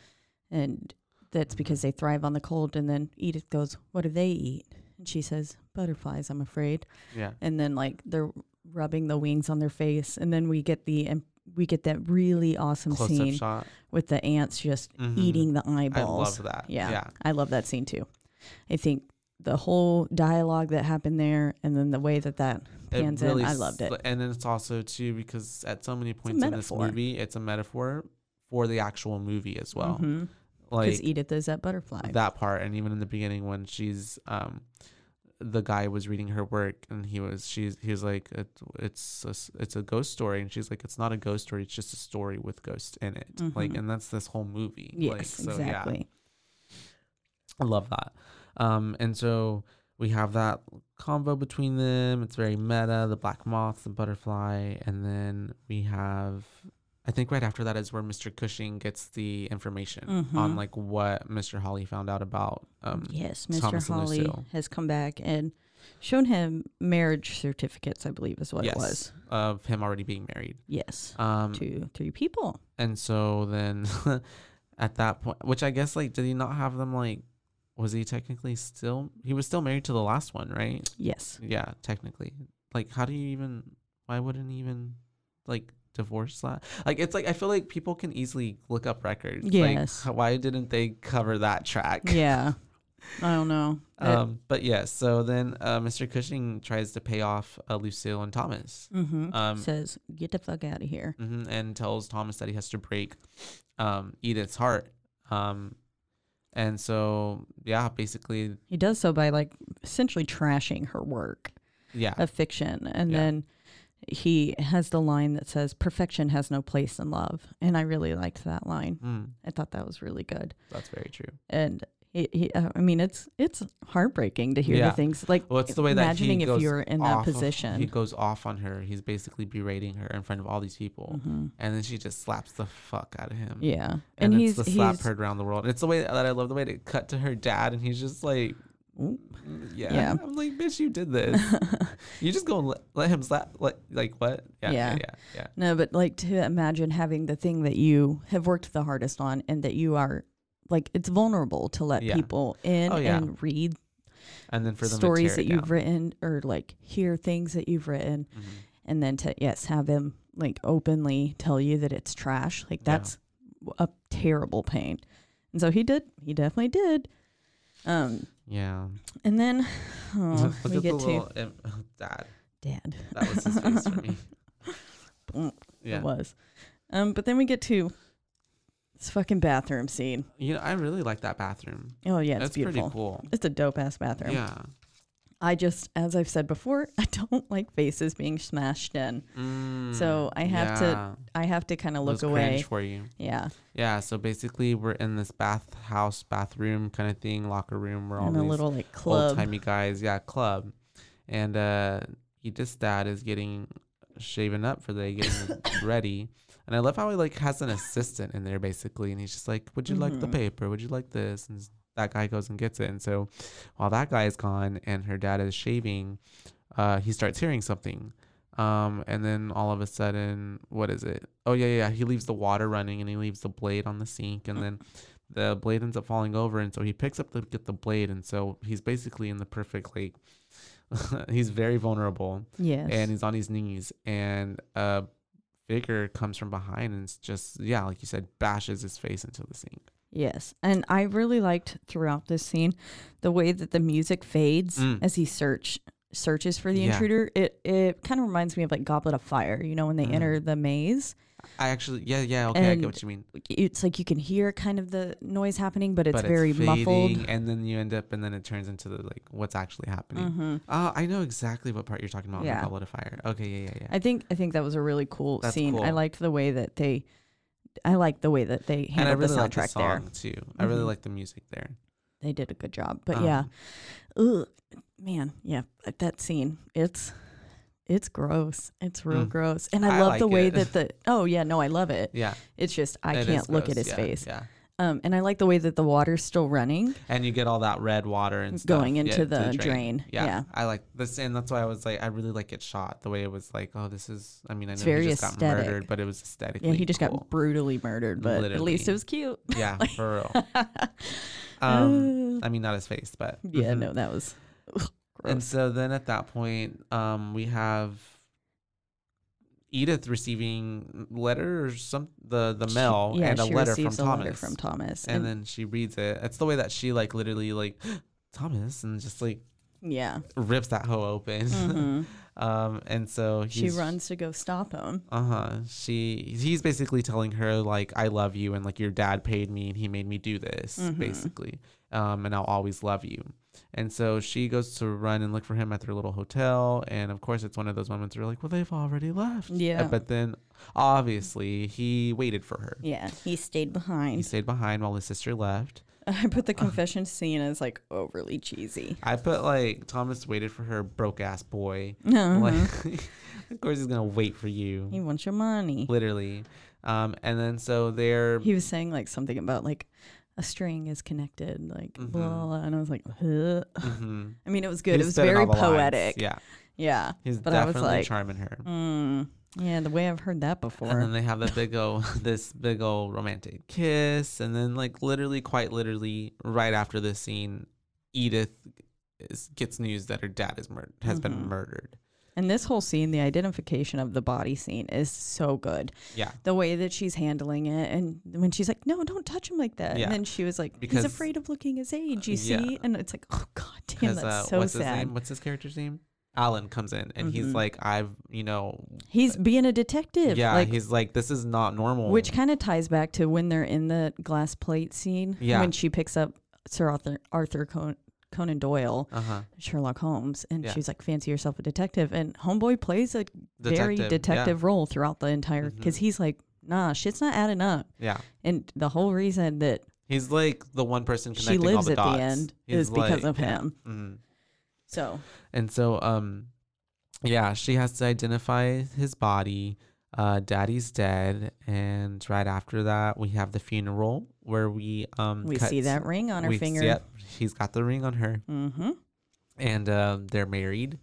And that's
Mm-hmm.
because they thrive on the cold. And then Edith goes, what do they eat? And she says, butterflies, I'm afraid.
Yeah,
And then like they're rubbing the wings on their face. And then we get the, and we get that really awesome
close up
scene
shot.
with the ants just
Mhm.
eating the
I
eyeballs.
love that.
Yeah.
yeah,
I love that scene too. I think the whole dialogue that happened there and then the way that that pans in, I loved it.
sl- And then it's also too because at so many points in this
metaphor.
movie, it's a metaphor for the actual movie as well.
Mhm.
Like
Edith is that butterfly.
that part and even in the beginning when she's um the guy was reading her work and he was she's he was like it, it's a, s- it's a ghost story and she's like it's not a ghost story it's just a story with ghosts in it like
Mhm.
and that's this whole movie
yes,
like so
exactly.
yeah i love that um and so we have that convo between them. It's very meta, the black moths, the butterfly, and then we have I think right after that is where Mr. Cushing gets the information
Mhm.
on like what Mr. Holly found out about um
Yes, Mr.
Thomas and
Holly
Lucille.
has come back and shown him marriage certificates, I believe is what
yes,
it was.
of him already being married.
Yes.
Um
to three people.
and so then at that point which I guess like did he not have them like was he technically still he was still married to the last one, right?
Yes.
Yeah, technically. Like, how do you even? Why wouldn't he even like divorce that? Like, it's like I feel like people can easily look up records.
Yes.
Like, h- why didn't they cover that track?
Yeah. I don't know.
Um. But yeah. So then, uh, Mr. Cushing tries to pay off uh, Lucille and Thomas.
mm-hmm.
Um.
Says, get the fuck out of here.
mhm, and tells Thomas that he has to break, um, Edith's heart. Um. And so, yeah, basically,
He does so by like essentially trashing her work
yeah,
of fiction. And
Yeah.
then he has the line that says, perfection has no place in love. And I really liked that line.
Mm,
I thought that was really good.
that's very true.
and he, he uh, I mean, it's it's heartbreaking to hear
Yeah.
the things like
Well, it's the way that he
imagining if
goes
you were in
off
that
of- he
position.
goes off on her. He's basically berating her in front of all these people,
Mhm.
and then she just slaps the fuck out of him.
Yeah, and,
Mm-hmm. and,
he's
it's the slap
he's
heard around the world. And it's the way that I love the way to cut to her dad, and he's just like,
Oop.
"Mm, yeah,
Yeah.
I'm like, bitch, you did this. you just go and let, let him slap, like, like what?
Yeah.
yeah, yeah. yeah.
no, but like to imagine having the thing that you have worked the hardest on and that you are like it's vulnerable to let
Yeah.
people in
Oh, yeah.
and read
And then for them
stories
to
that
tear it
you've written or like hear things that you've written
down. Mhm.
and then to yes have them like openly tell you that it's trash like
Yeah.
that's a terrible pain and so he did he definitely did um
Yeah.
and then oh,
Look
we
at
get
the
to
little im- oh, dad.
dad
That was his face for me.
Mm,
Yeah.
it was um but then we get to this fucking bathroom scene
You know, I really like that bathroom.
oh yeah it's
That's
beautiful
pretty cool.
it's a dope ass bathroom
Yeah.
i just as i've said before i don't like faces being smashed in
Mm,
So I have to
yeah.
i have to kind of
It
look
was cringe
away
for you.
yeah
Yeah, so basically we're in this bathhouse, bathroom kind of thing, locker room. We're all
and a
these
little like
old
club
timey guys, yeah, club. And uh Edith's dad is getting shaven up for the getting ready. And I love how he like has an assistant in there basically, and he's just like, "Would you like the
Mhm.
paper? Would you like this?" And s- that guy goes and gets it. And so, while that guy is gone and her dad is shaving, uh, he starts hearing something. Um, and then all of a sudden, what is it? Oh yeah, yeah. yeah, He leaves the water running and he leaves the blade on the sink, and then the blade ends up falling over, and so he picks up to get the blade, and so he's basically in the perfect like. he's very vulnerable
yes
and he's on his knees and a figure comes from behind and it's just yeah like you said bashes his face into the sink
Yes. And I really liked throughout this scene the way that the music fades
Mm.
as he search searches for the
Yeah.
intruder. It it kind of reminds me of like Goblet of Fire, you know, when they
Mm.
enter the maze.
i actually yeah yeah okay i
And
get what you mean
It's like you can hear kind of the noise happening, but it's
but
very
it's
muffled.
fading, and then you end up and then it turns into the like what's actually happening
Mhm.
Ah, i know exactly what part you're talking about yeah.
Yeah.
in Goblet of fire okay yeah yeah yeah
I think I think that was a really cool
That's
scene. I
cool.
liked the way that they I liked the way that they
and i
handled
really
the
like the
soundtrack
song
there.
too i really
Mhm.
like the music there
They did a good job. But
Um,
yeah. Ugh, man, yeah, but that scene, it's it's gross. It's real
Mm.
gross, and I,
I
love the
like
way
it.
that the oh yeah, no, I love it.
yeah
It's just
it
I
is
can't look at
gross,
his
yeah,
face.
yeah
Um, and I like the way that the water's still running.
and you get all that red water and stuff
Going
yeah,
into
to
the drain,
Yeah,
yeah.
I like this, and that's why I was like, I really like it shot the way it was like. Oh, this is. I mean, I know
It's
he
very
just got
aesthetic.
murdered, but it was aesthetically.
Yeah, he just
cool.
got brutally murdered, but at least it
Literally.
was cute.
yeah, for real. Um, I mean, not his face, but
yeah,
mhm.
no, that was ugh,
And
gross.
so then at that point, um, we have Edith receiving letter or some the the mail
yeah,
and a
she
letter from
receives a
Thomas.
letter from Thomas,
and then she reads it. It's the way that she like literally like Thomas and just like
yeah,
rips that hoe open.
mhm.
Um, and so
she runs to go stop him.
Uh huh. She he's basically telling her like I love you and like your dad paid me and he made me do this
Mhm.
basically. Um, and I'll always love you. And so she goes to run and look for him at their little hotel. And of course, it's one of those moments where you're like, well, they've already left.
Yeah.
But then obviously he waited for her.
Yeah, he stayed
He
behind.
stayed behind while his sister left.
I put the confession scene as like overly cheesy.
I put like Thomas waited for her broke ass boy.
No,
Like, of course he's gonna wait for you.
Mm-hmm. he wants your money.
literally. Um, and then so they're
He was saying like something about like a string is connected, like blah,
Mhm.
blah, blah, and I was like, "Huh."
mhm.
I mean, it was good.
He's
it was
spinning
very
all the lines.
poetic.
Yeah,
Yeah.
he's
But I was
definitely
like,
charming her.
Mm, yeah, the way I've heard that
And then
before.
they have that big old, this big old romantic kiss, and then like literally, quite literally, right after this scene, Edith is, gets news that her dad is murdered, has
Mhm.
been murdered.
And this whole scene, the identification of the body scene is so good.
Yeah,
The way that she's handling it, and when she's like, "No, don't touch him like that,"
Yeah.
and then she was like,
Because-
"He's afraid of looking his age," you
Yeah.
see, and it's like, "Oh god damn,
because
that's
uh,
so
what's his
sad."
name? What's his character's name? Alan comes in and he's
Mhm.
like, I've, you know,
He's being a detective.
yeah,
like,
he's like, this is not normal.
Which kind of ties back to when they're in the glass plate scene.
Yeah.
When she picks up Sir Arthur, Arthur Con- Conan Doyle,
uh huh,
Sherlock Holmes, and
Yeah.
she's like, fancy yourself a detective. And Homeboy plays a very detective role throughout the entire, because
Mhm.
he's like, nah, shit's not adding up.
yeah.
And the whole reason that
He's like the one person
she
connecting all
lives
the
at
dots.
the end
He's
is
like-
because of him.
Mhm.
So,
And so, um, yeah, she has to identify his body. Uh, daddy's dead, and right after that, we have the funeral where we um
we
cut-
see that ring on her
we-
finger.
Yep, she's got the ring on her,
Mm-hmm.
and uh, they're married,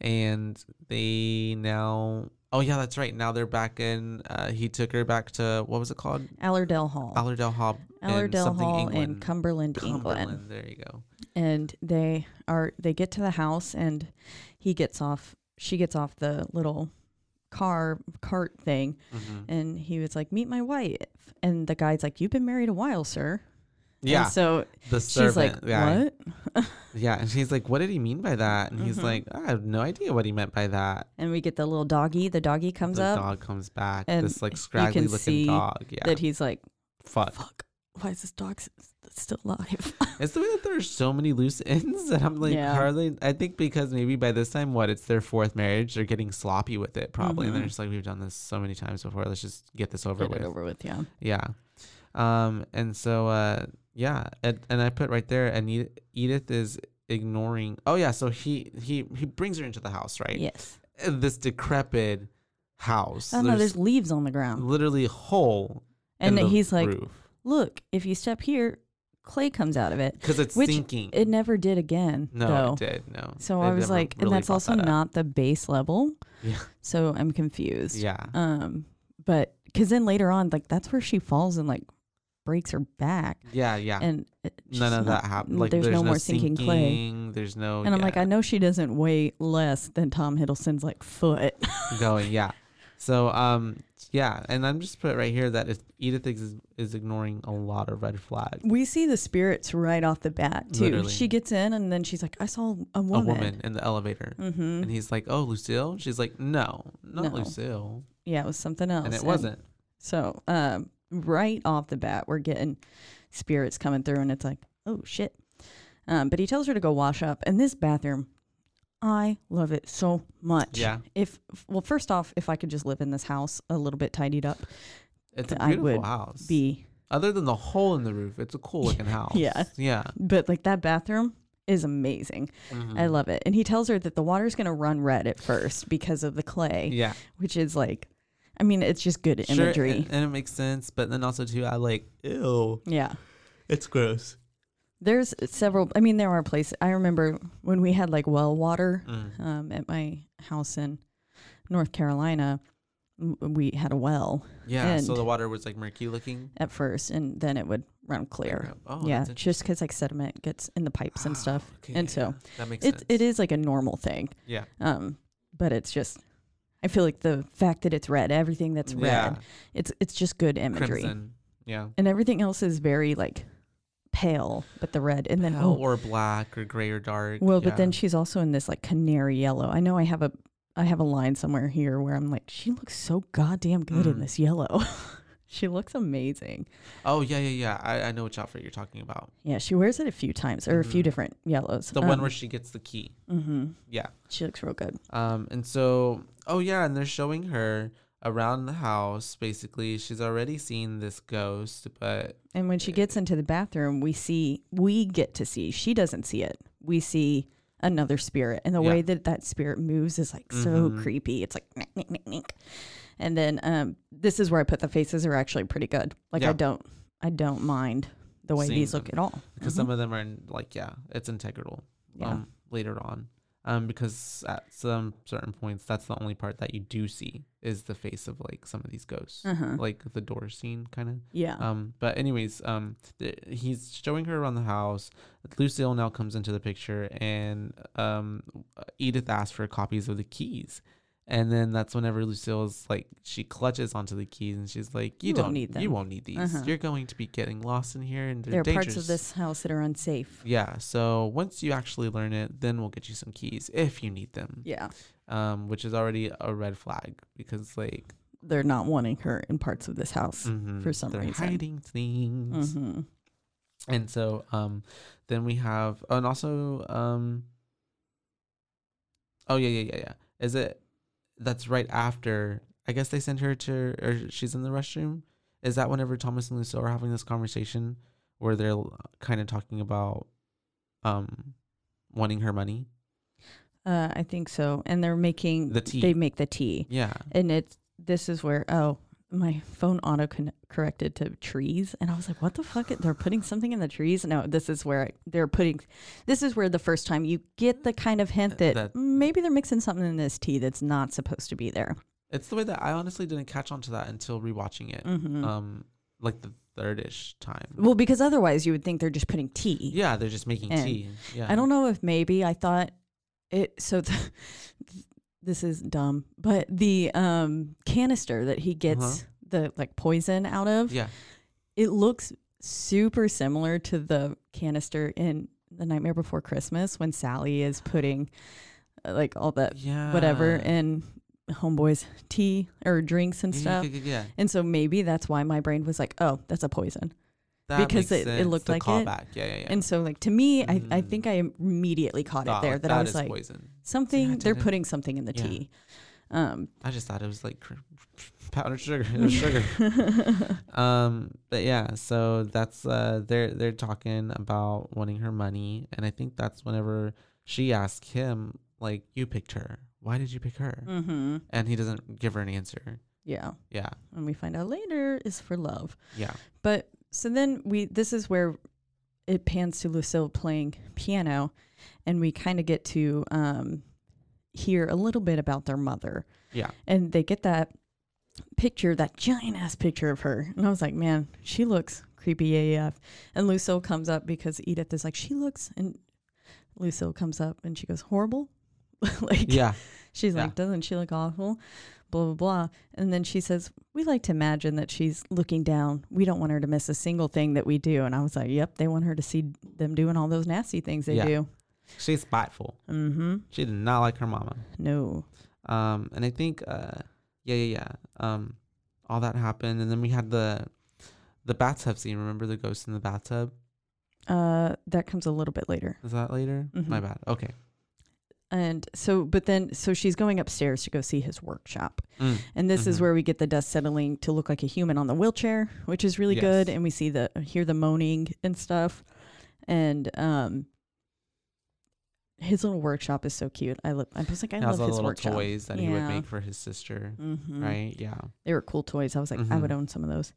and they now. Oh yeah, that's right. Now they're back in. Uh, he took her back to what was it called?
Allerdale Hall.
Allerdale Hall. in
Allerdale
something
Hall in
England.
Cumberland, England.
Cumberland, There you go.
and they are they get to the house and he gets off she gets off the little car cart thing
Mhm.
and he was like meet my wife and the guy's like you've been married a while sir And
Yeah,
so
the
she's like
servant guy.
what
Yeah, and she's like, "What did he mean by that?" And he's
Mhm.
like, "I have no idea what he meant by that."
and we get the little doggy the doggy comes
the
up
dog comes back,
and
this like
you
scraggly
can
looking
see
dog. Yeah,
that he's like
fuck.
fuck why is this dog s- still alive
It's the way that there are so many loose ends that I'm like
Yeah.
hardly. I think because maybe by this time, what it's their fourth marriage, they're getting sloppy with it probably, and
Mhm.
they're just like, "We've done this so many times before. Let's just get this over
Get it
with."
over with yeah
Yeah. Um, and so uh yeah, and, and I put right there and Edith, Edith is ignoring Oh yeah, so he he he brings her into the house, right?
yes
Uh, This decrepit house.
oh no there's leaves on the ground
literally a hole
and
in the
he's like
roof
look if you step here clay comes out of it
cuz it's
which
sinking.
it never did again
no,
though
it did. No.
So
They
I was
never
like, and
really
that's
brought
also
that up.
not the base level.
Yeah.
So I'm confused.
Yeah.
Um, but because then later on, like that's where she falls and like breaks her back,
Yeah, yeah.
and it- she's
None of
not-
that happened. Like
there's, no, more sinking,
sinking
clay.
There's no
And I'm
Oh, yeah.
like, I know she doesn't weigh less than Tom Hiddleston's like foot.
going. Yeah. So um yeah, and I'm just put right here that if Edith is is ignoring a lot of red flags.
we see the spirits right off the bat too.
Literally.
She gets in and then she's like, I saw a woman.
A woman in the elevator.
Mm-hmm.
And he's like, "Oh, Lucille." She's like, "No, not
No.
Lucille."
yeah, it was something else.
And it wasn't.
So, um, right off the bat, we're getting spirits coming through, and it's like, oh shit. Um, but he tells her to go wash up, and this bathroom, I love it so much.
Yeah,
If well, first off, if I could just live in this house a little bit tidied up,
it's a
I
beautiful
would
house.
be
Other than the hole in the roof, it's a cool looking house.
Yeah.
yeah.
but like that bathroom is amazing. I
Mhm.
love it. And he tells her that the water's gonna run red at first because of the clay,
Yeah,
which is like, I mean, it's just good
sure,
imagery.
and, and it makes sense. But then also too, I like, ew,
yeah.
it's gross.
There's several. I mean, there are places. I remember when we had like well water
Mm.
um, at my house in North Carolina. w- We had a well
Yeah, so
And-
the water was like murky looking.
at first, and then it would run clear.
Oh,
yeah,
that's
just because like sediment gets in the pipes and stuff,
Okay,
and
yeah,
so
that makes
it's
sense.
it is like a normal thing.
Yeah.
Um, but it's just, I feel like the fact that it's red, everything that's red, it's it's just good imagery,
Crimson. Yeah.
and everything else is very like pale, but the red, and then
Pale
oh,
or black or gray or dark.
Well, but then
yeah.
she's also in this like canary yellow. I know I have a I have a line somewhere here where I'm like, she looks so goddamn good in
Mm.
this yellow. she looks amazing.
Oh yeah, yeah, yeah. I, I know which outfit you're talking about.
Yeah, she wears it a few times or a few
Mhm.
different yellows.
The one where she gets the key.
Um, mm-hmm.
Yeah.
she looks real good.
Um. And so, oh yeah, and they're showing her. around the house. Basically, she's already seen this ghost, but
And when she gets into the bathroom, we see, we get to see, she doesn't see it. We see another spirit. And the
Yeah.
way that that spirit moves is like
Mhm.
so creepy. It's like, "Nink, nink, nink, nink." and then um, this is where I put the faces are actually pretty good. Like,
Yeah.
I don't, I don't mind the way
Seeing
these look
them.
at all.
because
Mhm.
some of them are in, like, yeah, it's integral.
Yeah.
Um, later on, um, because at some certain points, that's the only part that you do see is the face of like some of these ghosts,
Uh-huh.
like the door scene, kind of.
yeah.
Um, but anyways, um, th- he's showing her around the house. Lucille now comes into the picture, and um, Edith asks for copies of the keys. And then that's whenever Lucille's like, she clutches onto the keys, and she's like, "You,
You won't
don't
need
You
them.
won't need these.
Uh-huh.
You're going to be getting lost in here, and they're
there are
dangerous."
parts of this house that are unsafe.
Yeah. So once you actually learn it, then we'll get you some keys if you need them.
Yeah.
Um, which is already a red flag because like
They're not wanting her in parts of this house.
mhm,
For some
they're
reason.
hiding things.
hmm
And so um then we have oh, and also um Oh yeah, yeah, yeah, yeah. Is it that's right after I guess they send her to or she's in the restroom? Is that whenever Thomas and Lucille are having this conversation where they're kind of talking about um wanting her money?
Uh, I think so. And they're making
The tea.
They make the tea,
Yeah.
and it's this is where oh my phone auto con- corrected to trees, and I was like, what the fuck? They're putting something in the trees. No, this is where they're putting. This is where the first time you get the kind of hint that,
Uh, That-
maybe they're mixing something in this tea that's not supposed to be there.
It's the way that I honestly didn't catch on to that until rewatching it.
Mhm.
Um like the third-ish time.
well, because otherwise you would think they're just putting tea.
yeah, they're just making
And
tea. Yeah.
I don't know if maybe I thought it. So th- this is dumb, but the um, canister that he gets
Uh-huh.
the like poison out of,
Yeah.
it looks super similar to the canister in The Nightmare Before Christmas when Sally is putting uh, like all that
Yeah.
whatever in homeboy's tea or drinks and
Yeah,
stuff.
Yeah, yeah, yeah.
And so maybe that's why my brain was like, oh, that's a poison.
That
Because
makes
it- it
sense,
looked
the
like it,
callback. Yeah, yeah, yeah.
And so, like to me, I, I
Mm.
think I immediately caught
Thought,
it there
like,
that, I was
is
like,
poison.
something
I
they're
didn't-
putting something in the
yeah.
tea. Um,
I just thought it was like cr- powdered sugar, it was sugar. um, but yeah, so that's uh, they're they're talking about wanting her money, and I think that's whenever she asks him, like, you picked her. Why did you pick her?
mm-hmm.
And he doesn't give her an answer.
Yeah,
Yeah,
and we find out later is for love.
yeah.
But so then we this is where it pans to Lucille playing piano, and we kind of get to um, hear a little bit about their mother.
Yeah.
and they get that picture, that giant ass picture of her, and I was like, man, she looks creepy AF. And Lucille comes up because Edith is like, she looks, and Lucille comes up and she goes, horrible. like
Yeah.
She's
Yeah.
like, doesn't she look awful? Blah, blah, blah. And then she says, we like to imagine that she's looking down. We don't want her to miss a single thing that we do. And I was like, yep, they want her to see them doing all those nasty things they
Yeah.
do.
She's spiteful.
Mm-hmm.
She did not like her mama.
No.
Um, and I think, uh, yeah, yeah, yeah. Um, all that happened, and then we had the the bathtub scene. Remember the ghost in the bathtub?
Uh, that comes a little bit later.
Is that later? My
Mhm.
bad. Okay.
And so, but then, so she's going upstairs to go see his workshop.
Mm.
And this
Mhm.
is where we get the dust settling to look like a human on the wheelchair, which is really
Yes.
good. And we see the hear the moaning and stuff. And um, his little workshop is so cute. I love. I was like, I
He has
love
all the
his
little
workshop.
toys that he would
Yeah.
make for his sister,
Mhm.
right? Yeah.
They were cool toys. I was like, I
Mhm.
would own some of those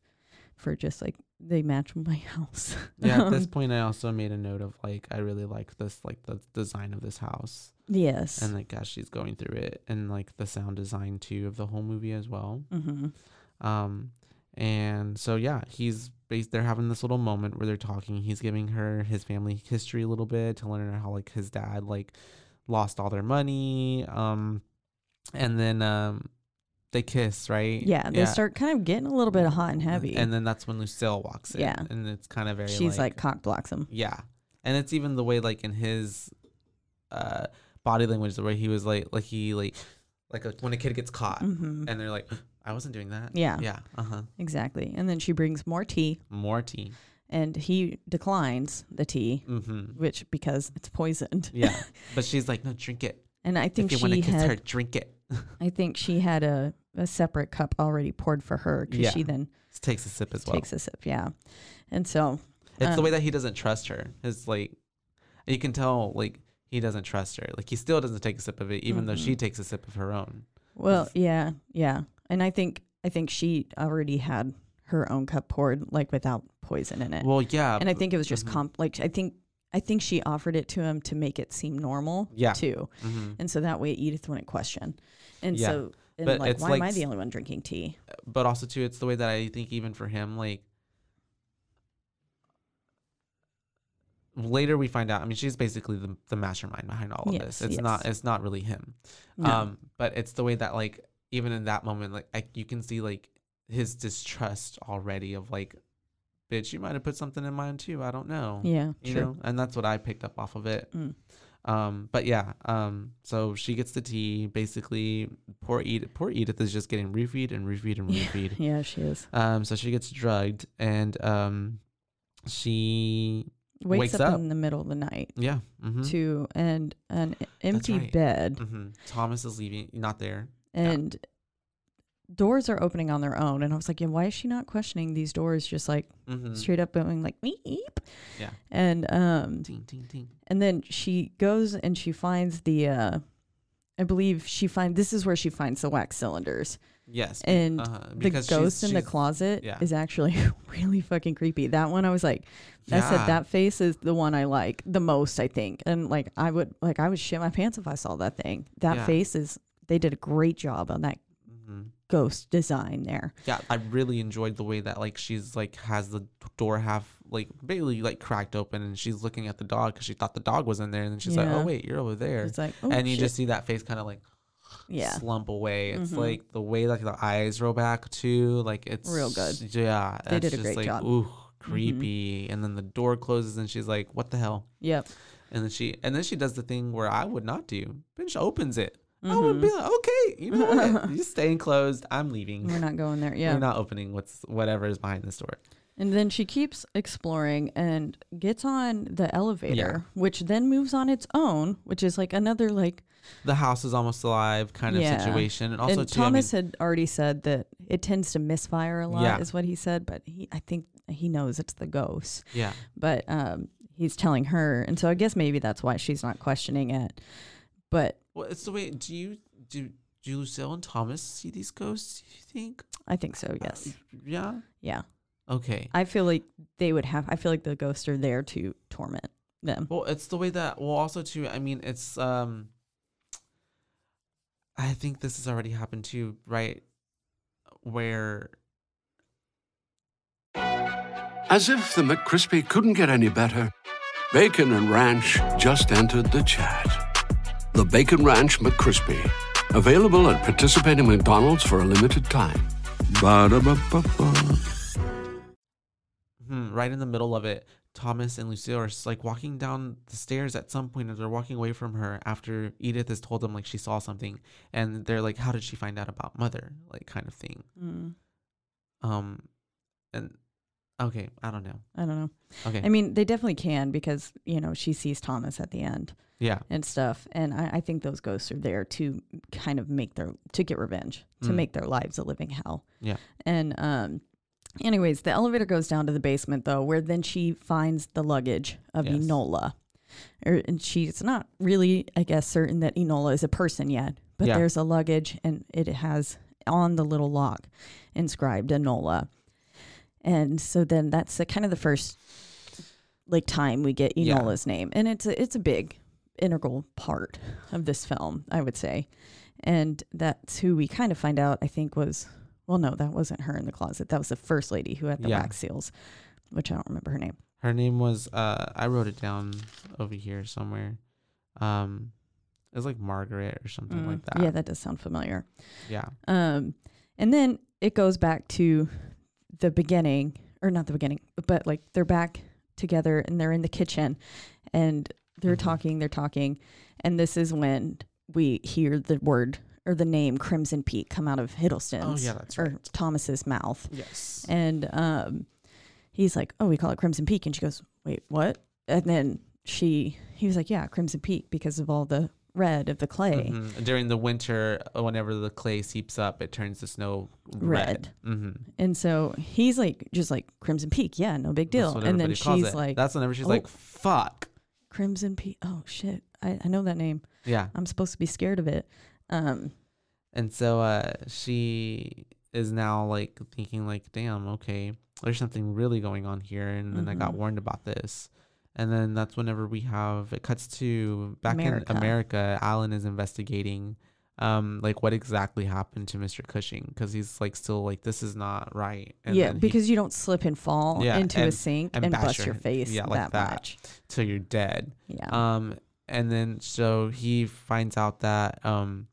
for just like they match my house.
Yeah. At this
Um,
point, I also made a note of like, I really like this, like the design of this house,
yes.
and like as she's going through it, and like the sound design too of the whole movie as well.
mm-hmm.
Um, and so yeah, he's bas They're having this little moment where they're talking. He's giving her his family history a little bit, telling her how like his dad like lost all their money. Um, and then um, they kiss, right?
Yeah, they start kind of getting a little bit hot and heavy.
And then that's when Lucille walks in.
Yeah.
and it's kind of very.
she's like, cock blocks him.
yeah, and it's even the way like in his, uh, body language, the way he was like, like he like, like, like when a kid gets caught,
hmm
and they're like, I wasn't doing that.
Yeah.
Yeah. Uh huh.
Exactly. And then she brings more tea,
More tea.
and he declines the tea.
Mm-hmm.
which because it's poisoned.
Yeah, but she's like, no, drink it.
And I think
if you want to
she
kiss
had
her, drink it.
I think she had a a separate cup already poured for her because
Yeah,
she then
takes a sip as well.
takes a sip. Yeah, and so
It's the
Um,
way that he doesn't trust her. It's like you can tell like he doesn't trust her. Like he still doesn't take a sip of it, even though
Mm-hmm.
she takes a sip of her own.
Well,
Is-
yeah, yeah, and I think I think she already had her own cup poured, like without poison in it,
Well, yeah,
and I think it was just
mhm.
comp. Like I think I think she offered it to him to make it seem normal,
Yeah.
too,
hmm
and so that way Edith wouldn't question, and
Yeah,
so and
but
like
it's
why
like
am I
s-
the only one drinking tea?
but also too, it's the way that I think even for him, like later we find out. I mean, she's basically the, the mastermind behind all of
Yes,
this. It's not.
yes.
It's not really him.
No.
Um, but it's the way that like even in that moment, like I, you can see like his distrust already of like, bitch, you might have put something in mine too. I don't know.
yeah,
You
true.
know, and that's what I picked up off of it.
Mm.
Um, but yeah, um, so she gets the tea. Basically, poor Edith, poor Edith is just getting refeed and refeed and refeed.
Yeah, she is.
Um, so she gets drugged and um, she
Wakes,
Wakes
up,
up.
in the middle of the night
yeah. Mm-hmm.
to and an e, empty
right.
bed,
hmm Thomas is leaving, not there.
and doors are opening on their own, and I was like, yeah, why is she not questioning these doors? Just like.
Mm-hmm.
straight up going like meep.
Yeah.
And um
Ting, ting, ting.
and then she goes and she finds the uh I believe she find this is where she finds the wax cylinders.
Yes. be-
And
uh-huh,
The
she's-
ghost in the
she's-
closet
yeah.
is actually really fucking creepy. That one I was like I
Yeah.
said that face is the one I like the most, I think. And like I would like I would shit my pants if I saw that thing. That
Yeah.
face is they did a great job on that
Mhm.
ghost design there.
Yeah, I really enjoyed the way that like she's like has the door half like barely like cracked open, and she's looking at the dog because she thought the dog was in there, and then she's like,
Yeah.
"Oh wait, you're over there,"
It's like oh,
and you
shit.
just see that face kind of like
yeah.
slump away. It's
Mhm.
like the way like the eyes roll back too, like it's
Real good.
Yeah,
They
it's
did a
just,
great
like,
job. Mm-hmm.
Ooh, creepy. And then the door closes, and she's like, "What the hell?"
Yep.
And then she and then she does the thing where I would not do. Bitch opens it. I
Mm-hmm.
would be like, "Okay, you know what? you stay enclosed. I'm leaving."
We're not going there.
we
Mm, Yeah.
are not opening what's whatever is behind this door.
And then she keeps exploring and gets on the elevator, which then moves on its own, which is like another like.
The house is almost alive kind of
Yeah.
situation, and also
and
too, I mean-
Thomas had already said that it tends to misfire a lot,
Yeah.
is what he said. But he, I think he knows it's the ghost.
yeah,
But um, he's telling her, and so I guess maybe that's why she's not questioning it. But
well, it's the way. Do you do do Lucille and Thomas see these ghosts? Do you think? Uh,
I think so.
Um,
Yes.
Yeah.
yeah.
Okay.
I feel like they would have. I feel like the ghosts are there to torment them.
Well, it's the way that. Well, also too. I mean, it's um. I think this has already happened too, right? Where
As if the McCrispy couldn't get any better, Bacon and Ranch just entered the chat. The Bacon Ranch McCrispy, available at participating McDonald's for a limited time. Ba-da-ba-ba-ba.
hmm, right in the middle of it, Thomas and Lucille are s- like walking down the stairs at some point, and they're walking away from her after Edith has told them like she saw something, and they're like, "How did she find out about Mother?" Like kind of thing.
Mm,
Um, and okay, I don't know.
I don't know.
Okay,
I mean, they definitely can because you know she sees Thomas at the end.
yeah,
and stuff. And I, I think those ghosts are there to kind of make their to get revenge, to
Mm.
make their lives a living hell.
Yeah.
And um anyways, the elevator goes down to the basement though, where then she finds the luggage of
Yes.
Enola. Er, and she's not really, I guess, certain that Enola is a person yet, but
Yeah.
there's a luggage and it has on the little lock inscribed Enola. And so then that's the, kind of the first like time we get
Yeah.
Enola's name, and it's a, it's a big integral part of this film, I would say, and that's who we kind of find out. I think was well, no, that wasn't her in the closet. That was the first lady who had the
Yeah.
wax seals, which I don't remember her name.
her name was. Uh, I wrote it down over here somewhere. Um, it was like Margaret or something
Mm,
like that.
Yeah, that does sound familiar.
yeah.
Um, and then it goes back to the beginning, or not the beginning, but like they're back together and they're in the kitchen and they're
Mhm.
talking, they're talking. And this is when we hear the word or the name Crimson Peak come out of Hiddleston's
Oh, yeah, that's
or Thomas's mouth.
Yes.
And um, he's like, Oh, we call it Crimson Peak. And she goes, Wait, what? And then she, he was like, Yeah, Crimson Peak because of all the red of the clay.
Mhm. During the winter, uh, whenever the clay seeps up, it turns the snow red. Mm-hmm.
And so he's like, just like Crimson Peak. Yeah, no big deal. And then she's like,
that's whenever she's
"Oh."
like, fuck.
Crimson Peak. Oh, shit. I, I know that name.
Yeah.
I'm supposed to be scared of it. Um,
And so uh, she is now like thinking like, damn, okay, there's something really going on here, and then I got
Mhm.
warned about this. And then that's whenever we have it cuts to back
America.
in America. Alan is investigating, um, like what exactly happened to Mr. Cushing because he's like still like this is not right.
yeah,
then he-
because you don't slip and fall
Yeah,
into a
and-
sink
and
and,
bash
bust
your-
your, face
yeah, like
that,
that.
much.
till you're dead.
Yeah.
Um, and then so he finds out that um,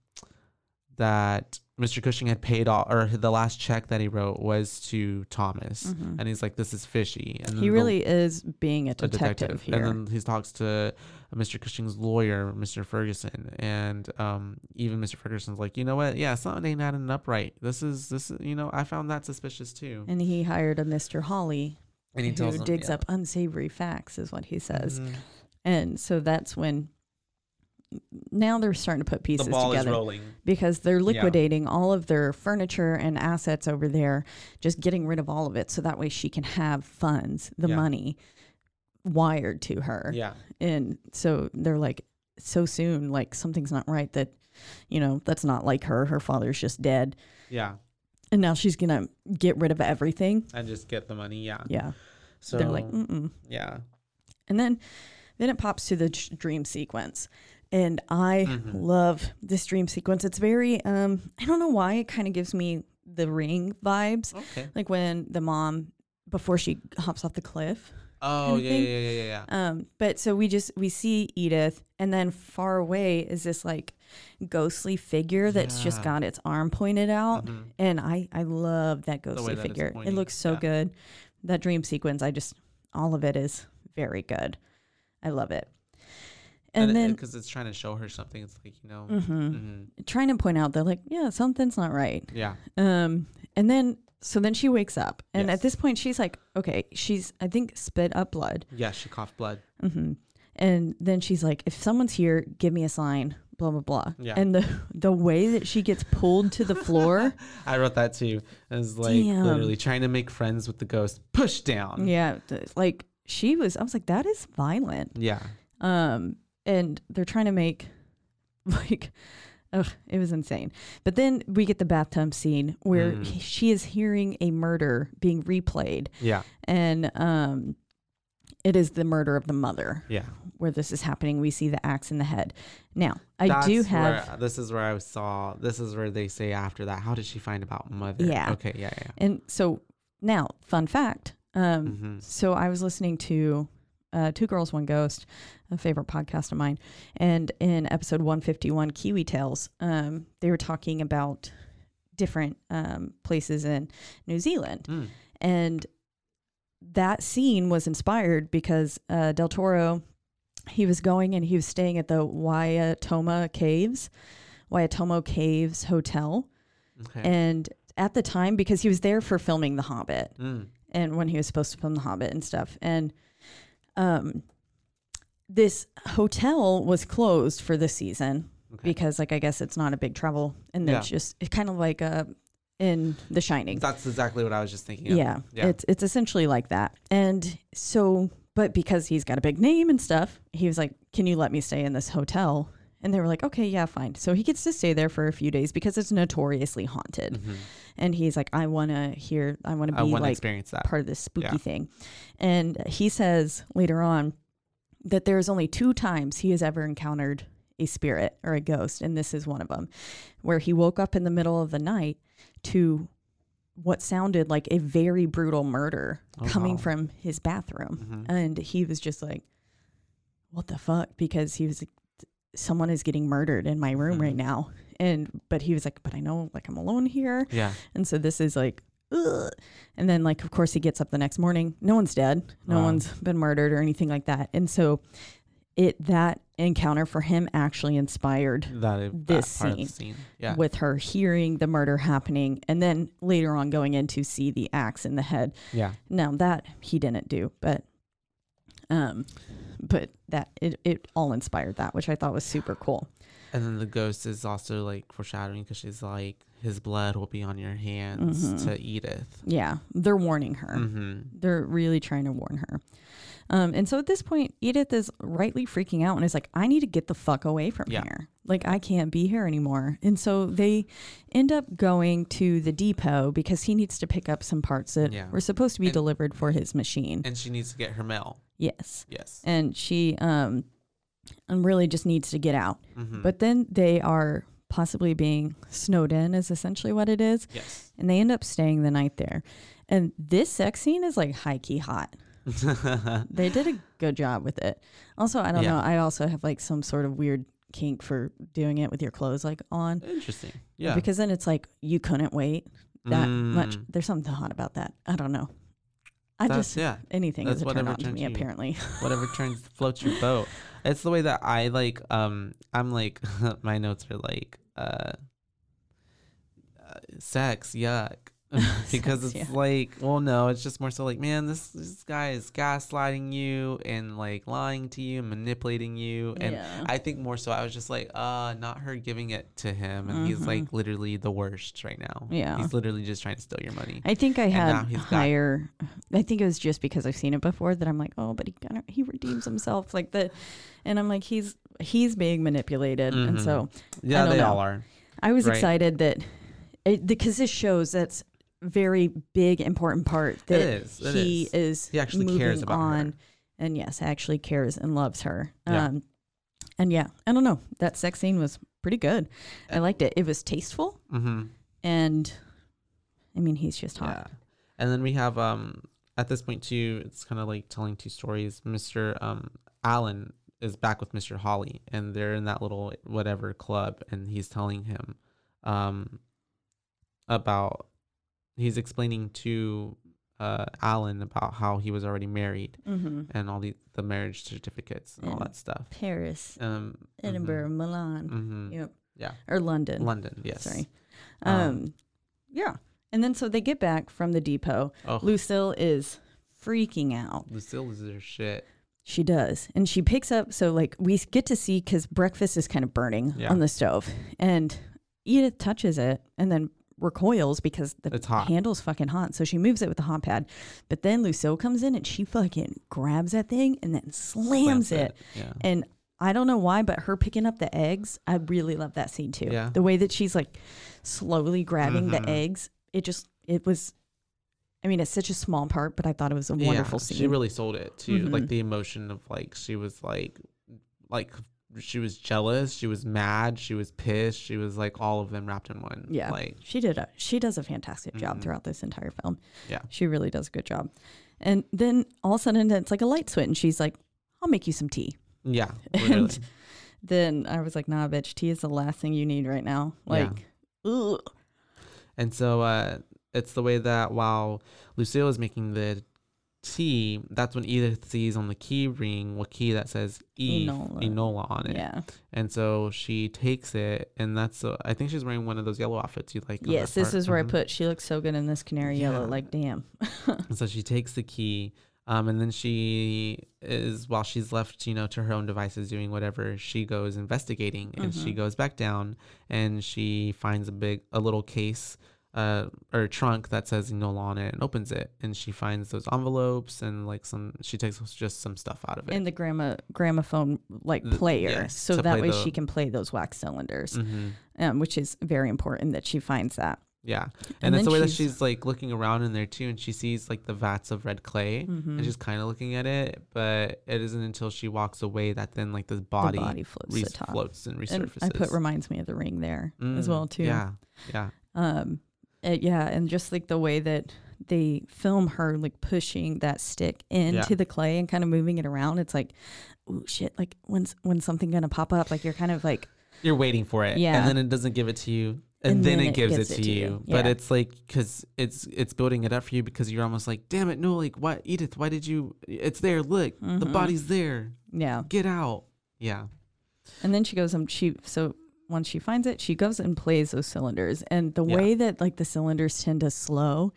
that Mr. Cushing had paid all, or the last check that he wrote was to Thomas,
Mhm.
and he's like, "This is fishy." And then
he
the-
really is being a
a
detective, here.
and then he talks to Mr. Cushing's lawyer, Mr. Ferguson, and um, even Mr. Ferguson's like, "You know what? Yeah, something ain't adding up right. This is this. Is, you know, I found that suspicious too."
and he hired a Mr. Hawley
And
who
him,
digs
yeah.
up unsavory facts, is what he says.
Mhm.
And so that's when now they're starting to put
The
pieces
ball is
together
rolling.
because they're
Yeah.
liquidating all of their furniture and assets over there, just getting rid of all of it. So that way she can have funds, the
Yeah.
money wired to her.
Yeah.
And so they're like, so soon, like something's not right that, you know, that's not like her. Her father's just dead.
Yeah.
And now she's going to get rid of everything.
And just get the money. Yeah.
Yeah.
So
they're like, mm-mm.
yeah.
And then, then it pops to the dr- dream sequence. And I love this dream sequence. It's very, um, I don't know why it kind of gives me the ring vibes.
Okay.
Like when the mom, before she hops off the cliff.
Oh
of
yeah,
thing.
yeah, yeah, yeah, yeah.
Um, but so we just, we see Edith and then far away is this like ghostly figure that's just
Yeah.
got its arm pointed out.
Mhm.
And I, I love that ghostly
that it's
figure. It
pointing,
looks so
yeah.
good. That dream sequence, I just, all of it is very good. I love it. And, then
because uh, it's trying to show her something, it's like you know,
Mhm.
mhm,
trying to point out that, like, yeah, something's not right.
yeah,
Um, and then, so then she wakes up. And
Yes.
at this point, she's like, okay, she's, I think, spit up blood.
yeah. She coughed blood.
hmm And then she's like, if someone's here, give me a sign, blah, blah, blah.
Yeah.
And the, the way that she gets pulled to the floor.
I wrote that too. It was like literally trying to make friends with the ghost. Push down.
yeah. th- Like, she was, I was like, that is violent.
Yeah.
um, and they're trying to make like ugh, it was insane but then we get the bathtub scene where
Mm.
he- she is hearing a murder being replayed
Yeah.
and um, it is the murder of the mother
Yeah.
where this is happening we see the axe in the head now i do
That's where-
have
this is where I saw. This is where they say after that. How did she find about mother?
Yeah.
Okay. Yeah. Yeah.
and so now fun fact um,
Mm-hmm.
So I was listening to uh, Two Girls, One Ghost, a favorite podcast of mine. And in episode 151, Kiwi Tales, um, they were talking about different um, places in New Zealand.
Mm.
And that scene was inspired because uh, Del Toro, he was going and he was staying at the Waiatoma Caves, Waiatomo Caves Hotel.
Mm. Okay.
And at the time, because he was there for filming The Hobbit
Mm.
and when he was supposed to film The Hobbit and stuff. And um, this hotel was closed for the season
Okay.
because, like, I guess it's not a big trouble, and there's just it's kind of like uh in The Shining.
That's exactly what I was just thinking.
Yeah.
Of. Yeah.
It's it's essentially like that. And so but because he's got a big name and stuff, he was like, "Can you let me stay in this hotel?" And they were like, "Okay, yeah, fine." So he gets to stay there for a few days because it's notoriously haunted. And he's like, "I want to hear I want to
Mm-hmm. I
be
want to
like
experience that.
part of this spooky
Yeah.
thing. And he says later on that there's only two times he has ever encountered a spirit or a ghost, and this is one of them, where he woke up in the middle of the night to what sounded like a very brutal murder
Oh,
coming
wow.
from his bathroom.
Mhm.
And he was just like, what the fuck? Because he was like, someone is getting murdered in my room right
Mhm.
now. And, but he was like, but I know like I'm alone here.
Yeah.
And so this is like, ugh. and then like, of course, he gets up the next morning. No one's dead. No
Wow.
one's been murdered or anything like that. And so it that encounter for him actually inspired
That, that
This
part of the
scene
scene. Yeah.
with her hearing the murder happening and then later on going in to see the axe in the head.
yeah.
Now that he didn't do, but um, but that it, it all inspired that, which I thought was super cool.
And then the ghost is also like foreshadowing because she's like, his blood will be on your hands
Mm-hmm.
to Mm-hmm. Edith.
Yeah, they're warning her. They're really trying to warn her. Um, and so at this point, Edith is rightly freaking out and is like, I need to get the fuck away from
Yeah.
here. Like, I can't be here anymore. And so they end up going to the depot because he needs to pick up some parts that
Yeah.
were supposed to be
And-
delivered for his machine.
And she needs to get her mail.
yes.
Yes.
And she um, um, really just needs to get out.
Mm-hmm. Mm.
But then they are possibly being snowed in, is essentially what it is
Yes.
and they end up staying the night there. And this sex scene is like high key hot. they did a good job with it. Also, I don't
Yeah.
know. I also have like some sort of weird kink for doing it with your clothes like on
Interesting. Yeah.
because then it's like you couldn't wait that much.
Mm.
There's something hot about that. I don't know. I
That's-
just
yeah.
anything
That's
is a turn
whatever
on to
turns
me
you.
apparently.
whatever turns floats your boat. It's the way that I like. Um, I'm like my notes are like, uh, uh sex, yuck, because
Sex,
it's
yuck.
like, well, no, it's just more so like, man, this this guy is gaslighting you and like lying to you, manipulating you, and
Yeah.
I think more so I was just like, uh, not her giving it to him, and he's like literally the worst right now.
Mm-hmm. Yeah.
he's literally just trying to steal your money.
I think I
now
had
he's got-
higher. I think it was just because I've seen it before that I'm like, oh, but he kind of he redeems himself like that, and I'm like he's he's being manipulated, and
Mhm.
so
yeah,
don't
they
know.
all are.
I was
Right.
excited that it, because this shows that's very big important part that
is, it
he
is.
is.
He actually
moving
cares about her.
on and yes actually cares and loves her
Yeah.
um and yeah i don't know that sex scene was pretty good i liked it it was tasteful
Mm-hmm.
and i mean he's just hot
Yeah. And then we have um at this point too, it's kind of like telling two stories. Mr. Um Allen is back with Mr. Holly and they're in that little whatever club and he's telling him um about he's explaining to uh Alan about how he was already married
mm-hmm.
and all the the marriage certificates and all
And
that stuff.
paris
Um mhm,
edinburgh milan
mhm.
yep
Yeah.
or london
London, yes.
sorry um,
Um,
yeah and then so they get back from the depot
Oh,
lucille is freaking out
Lucille is their shit.
She does. And she picks up, so like we get to see because breakfast is kind of burning
Yeah.
on the stove. And Edith touches it and then recoils because the
It's hot.
handle's fucking hot. So she moves it with the hot pad. But then Lucille comes in and she fucking grabs that thing and then slams,
Plants
it.
Yeah.
And I don't know why, but her picking up the eggs, I really love that scene too.
Yeah.
The way that she's like slowly grabbing
Mhm.
the eggs, it just, it was. I mean, it's such a small part, but I thought it was a wonderful scene.
She really sold it too. Like
Mhm.
the emotion of like she was like like she was jealous, she was mad, she was pissed, she was like all of them wrapped in one.
Yeah.
Like Mm-hmm.
she did a she does a fantastic job throughout this entire film.
Yeah.
She really does a good job. And then all of a sudden it's like a light switch and she's like, I'll make you some tea.
yeah. literally.
And then I was like, nah, bitch, tea is the last thing you need right now.
Yeah.
Like, ugh.
And so uh it's the way that while Lucille is making the tea, that's when Edith sees on the key ring what key that says E
Enola.
Enola, on it.
yeah.
And so she takes it and that's uh, I think she's wearing one of those yellow outfits you like. on
Yes,
that
this
part.
is where
Mhm.
I put she looks so good in this canary yellow.
Yeah.
Like, damn.
And so she takes the key, um, and then she is while she's left, you know, to her own devices doing whatever. She goes investigating, and
Mm-hmm.
she goes back down, and she finds a big, a little case, uh, or trunk that says Enola on it, and opens it, and she finds those envelopes and like some. She takes just some stuff out of it.
And the grandma gramophone like
The-
player.
yes,
so
to
that
play
way
the-
she can play those wax cylinders.
Mhm.
Um, which is very important that she finds that.
Yeah. And,
And
it's
then
the way that
she's-
she's like looking around in there too, and she sees like the vats of red clay,
Mm-hmm.
and she's kind of looking at it, but it isn't until she walks away that then like this body,
body floats to the top.
floats and
And
resurfaces.
I put reminds me of the ring there as
Mm,
well too.
Yeah, yeah,
um uh, yeah and just like the way that they film her like pushing that stick into the clay and kind of moving it around it's like oh shit like when's when something gonna pop up like you're kind of like
you're waiting for it,
Yeah.
and then it doesn't give it to you, and, then, it gives it, to you. But
Yeah.
it's like because it's it's building it up for you because you're almost like, damn it, no, like what, Edith, why did you? It's there, look,
Mm-hmm.
the body's there,
yeah
get out. Yeah,
and then she goes um she so once she finds it, she goes and plays those cylinders. And the
Yeah.
way that like the cylinders tend to slow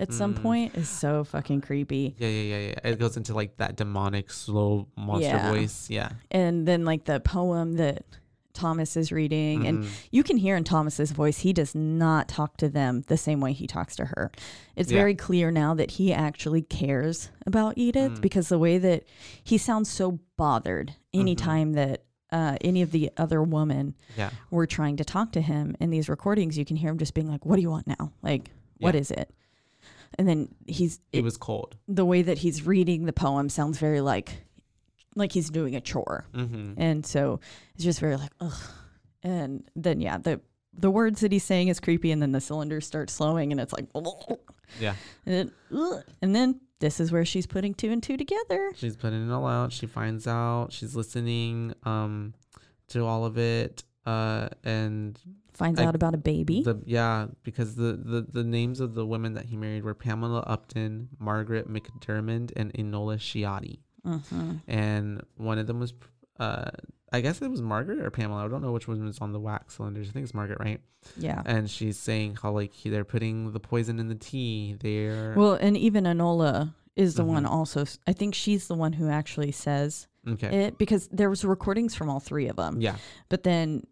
at some
Mm.
point is so fucking creepy.
Yeah, yeah, yeah, yeah. It goes into like that demonic, slow monster
Yeah.
voice. Yeah.
And then like the poem that Thomas is reading and
Mhm.
you can hear in Thomas's voice he does not talk to them the same way he talks to her. It's
Yeah.
very clear now that he actually cares about Edith
Mm.
because the way that he sounds so bothered
Mm-hmm.
anytime that uh, any of the other women
yeah.
were trying to talk to him in these recordings, you can hear him just being like, "What do you want now? Like, what
Yeah.
is it?" And then he's
It
it-
was cold.
the way that he's reading the poem sounds very like like he's doing a chore,
Mm-hmm.
and so it's just very like, ugh. And then yeah, the the words that he's saying is creepy, and then the cylinders start slowing, and it's like,
Yeah.
and then, ugh. and then this is where she's putting two and two together.
She's putting it all out. She finds out. She's listening um, to all of it. Uh, and
Finds
I-
out about a baby.
the yeah, because the, the the names of the women that he married were Pamela Upton, Margaret McDermott, and Enola Sciotti.
hmm
and one of them was uh I guess it was Margaret or Pamela. I don't know which one was on the wax cylinders. I think it's Margaret, right?
Yeah.
And she's saying how like he- they're putting the poison in the tea. They're
Well, and even Anola is the one
Mhm.
also. s- I think she's the one who actually says
okay.
it because there was recordings from all three of them.
yeah.
But then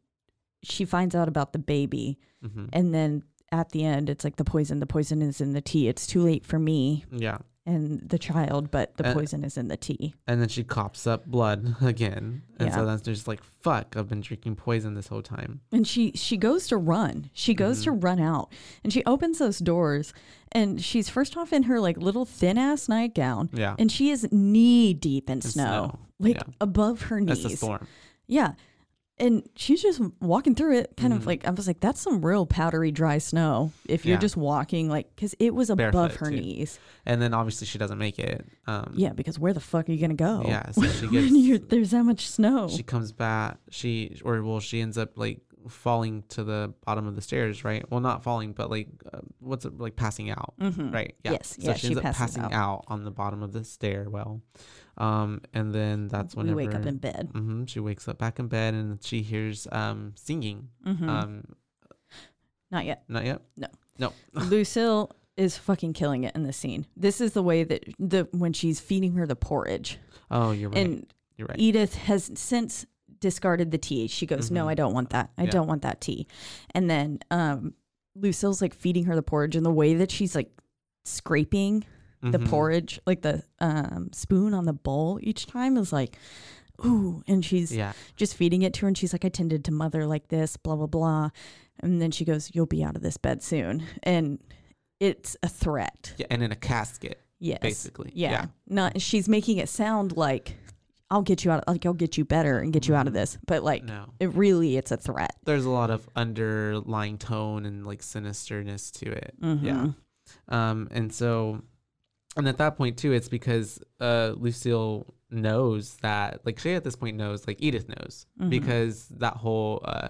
she finds out about the baby,
hmm
and then at the end, it's like the poison. The poison is in the tea. It's too late for me
Yeah.
and the child, but the
Uh,
poison is in the tea.
And then she cops up blood again. And
Yeah.
so that's just like, fuck, I've been drinking poison this whole time.
And she she goes to run. She goes
Mm-hmm.
to run out, and she opens those doors, and she's first off in her like little thin ass nightgown.
Yeah.
And she is knee deep in snow,
snow,
like
yeah.
above her knees.
That's the storm.
Yeah. And she's just walking through it, kind of like, I was like, that's some real powdery, dry snow if you're
Mm-hmm. Yeah.
just walking, like, because it was above
Barefoot,
her
too.
knees.
And then obviously she doesn't make it. Um,
Yeah, because where the fuck are you going to go?
Yeah, so she
when
gets-
you're, there's that much snow.
She comes back. She or well, she ends up like falling to the bottom of the stairs, right? Well, not falling, but like uh, what's it like passing out,
Mm-hmm.
right?
Mm. Yes,
So
yeah,
she
she
ends up
passes
passing out.
out.
on the bottom of the stairwell, um, and then that's
we
whenever
wake up in bed.
hmm she wakes up back in bed and she hears um singing.
Mhm.
Um,
Not yet.
not yet.
No.
No.
Lucille is fucking killing it in this scene. This is the way that the when she's feeding her the porridge.
Oh, you're right.
And
you're right.
Edith has since discarded the tea. She goes, "No, I don't want that. I
Mm-hmm. Yeah.
don't want that tea." And then um, Lucille's like feeding her the porridge, and the way that she's like scraping the
Mhm.
porridge, like the um, spoon on the bowl each time, is like, "Ooh!" And she's
Yeah.
just feeding it to her, and she's like, "I tended to mother like this, blah blah blah." And then she goes, "You'll be out of this bed soon," and it's a threat.
Yeah. And in a casket.
Yes.
basically.
Yeah.
Yeah.
Not she's making it sound like I'll get you out like I'll get you better and get you out of this. But like
Mm-hmm. No.
it really it's a threat.
there's a lot of underlying tone and like sinisterness to it.
Mm-hmm.
Yeah. Um, and so, and at that point too, it's because uh, Lucille knows that, like Shay at this point knows, like Edith knows,
Mm-hmm.
because that whole, uh,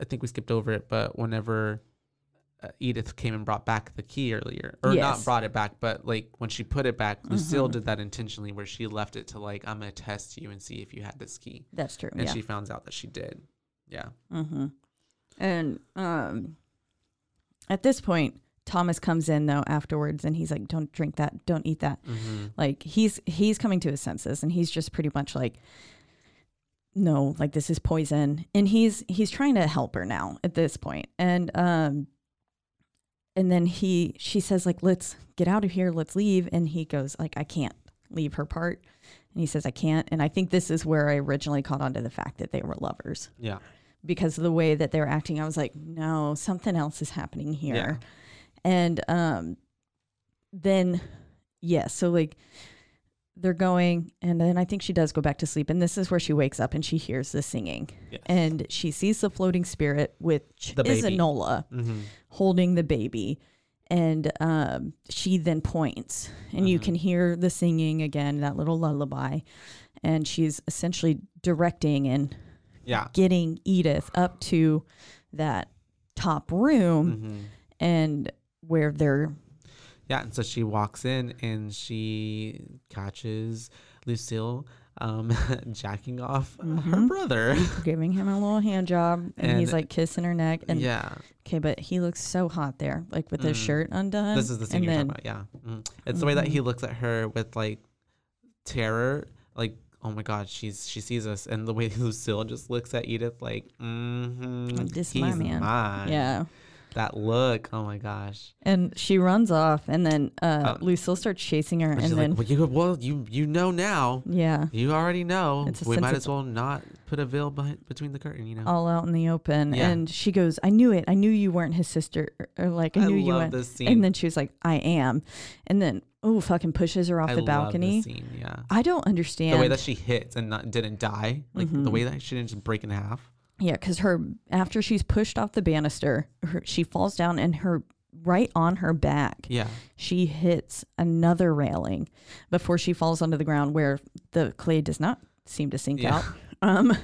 I think we skipped over it, but whenever uh, Edith came and brought back the key earlier, or not
Yes. Mm-hmm.
brought it back, but like when she put it back, Lucille did that intentionally, where she left it to like, I'm gonna test you and see if you had this key,
That's true.
and
yeah.
she found out that she did. Yeah.
mm-hmm. And um at this point, Thomas comes in though afterwards and he's like, Don't drink that, don't eat that.
Mm-hmm.
Like he's he's coming to his senses and he's just pretty much like no, like this is poison. And he's he's trying to help her now at this point. And um and then he she says like let's get out of here, let's leave and he goes like I can't leave her part. And he says I can't. And I think this is where I originally caught on to the fact that they were lovers
Yeah.
because of the way that they were acting. I was like, no, something else is happening here. And um, then, yeah, so like they're going, and then I think she does go back to sleep. And this is where she wakes up and she hears the singing.
Yes.
And she sees the floating spirit, which
The
is
baby.
Enola
Mm-hmm.
holding the baby. And um, she then points, and you
Uh-huh.
can hear the singing again, that little lullaby. And she's essentially directing and
Yeah.
getting Edith up to that top room
hmm
and where they're
Yeah. And so she walks in and she catches Lucille um, jacking off uh,
Mm-hmm.
her brother.
giving him a little hand job and, he's
And-
like kissing her neck and
yeah,
okay but he looks so hot there like with his
Mm.
shirt undone
this is the scene
and
you're
then Mm-hmm.
talking about. Yeah, Mhm. it's the way that he looks at her with like terror, like oh my god, she's she sees us, and the way Lucille just looks at Edith like, mm-hmm,
This
he's
my man."
mine.
yeah
that look. Oh my gosh.
and she runs off and then uh
Um,
lucille starts chasing her
And,
and
she's
then
like, well, you well you you know now.
yeah
You already know.
It's a
We might
sense
as well not put a veil behind, between the curtain. You know.
all out in the open
Yeah.
and she goes i knew it i knew you weren't his sister or- or like i
I
knew you
love
weren't
this scene.
and then she was like i am and then oh fucking pushes her off
I
the
love this
balcony
scene, yeah.
i don't
the
understand
way that she hits and not didn't die, like
Mm-hmm.
the way that she didn't just break in half.
Yeah, because her after she's pushed off the banister, her, she falls down and her right on her back,
Yeah,
she hits another railing before she falls onto the ground where the clay does not seem to sink
Yeah.
out, um,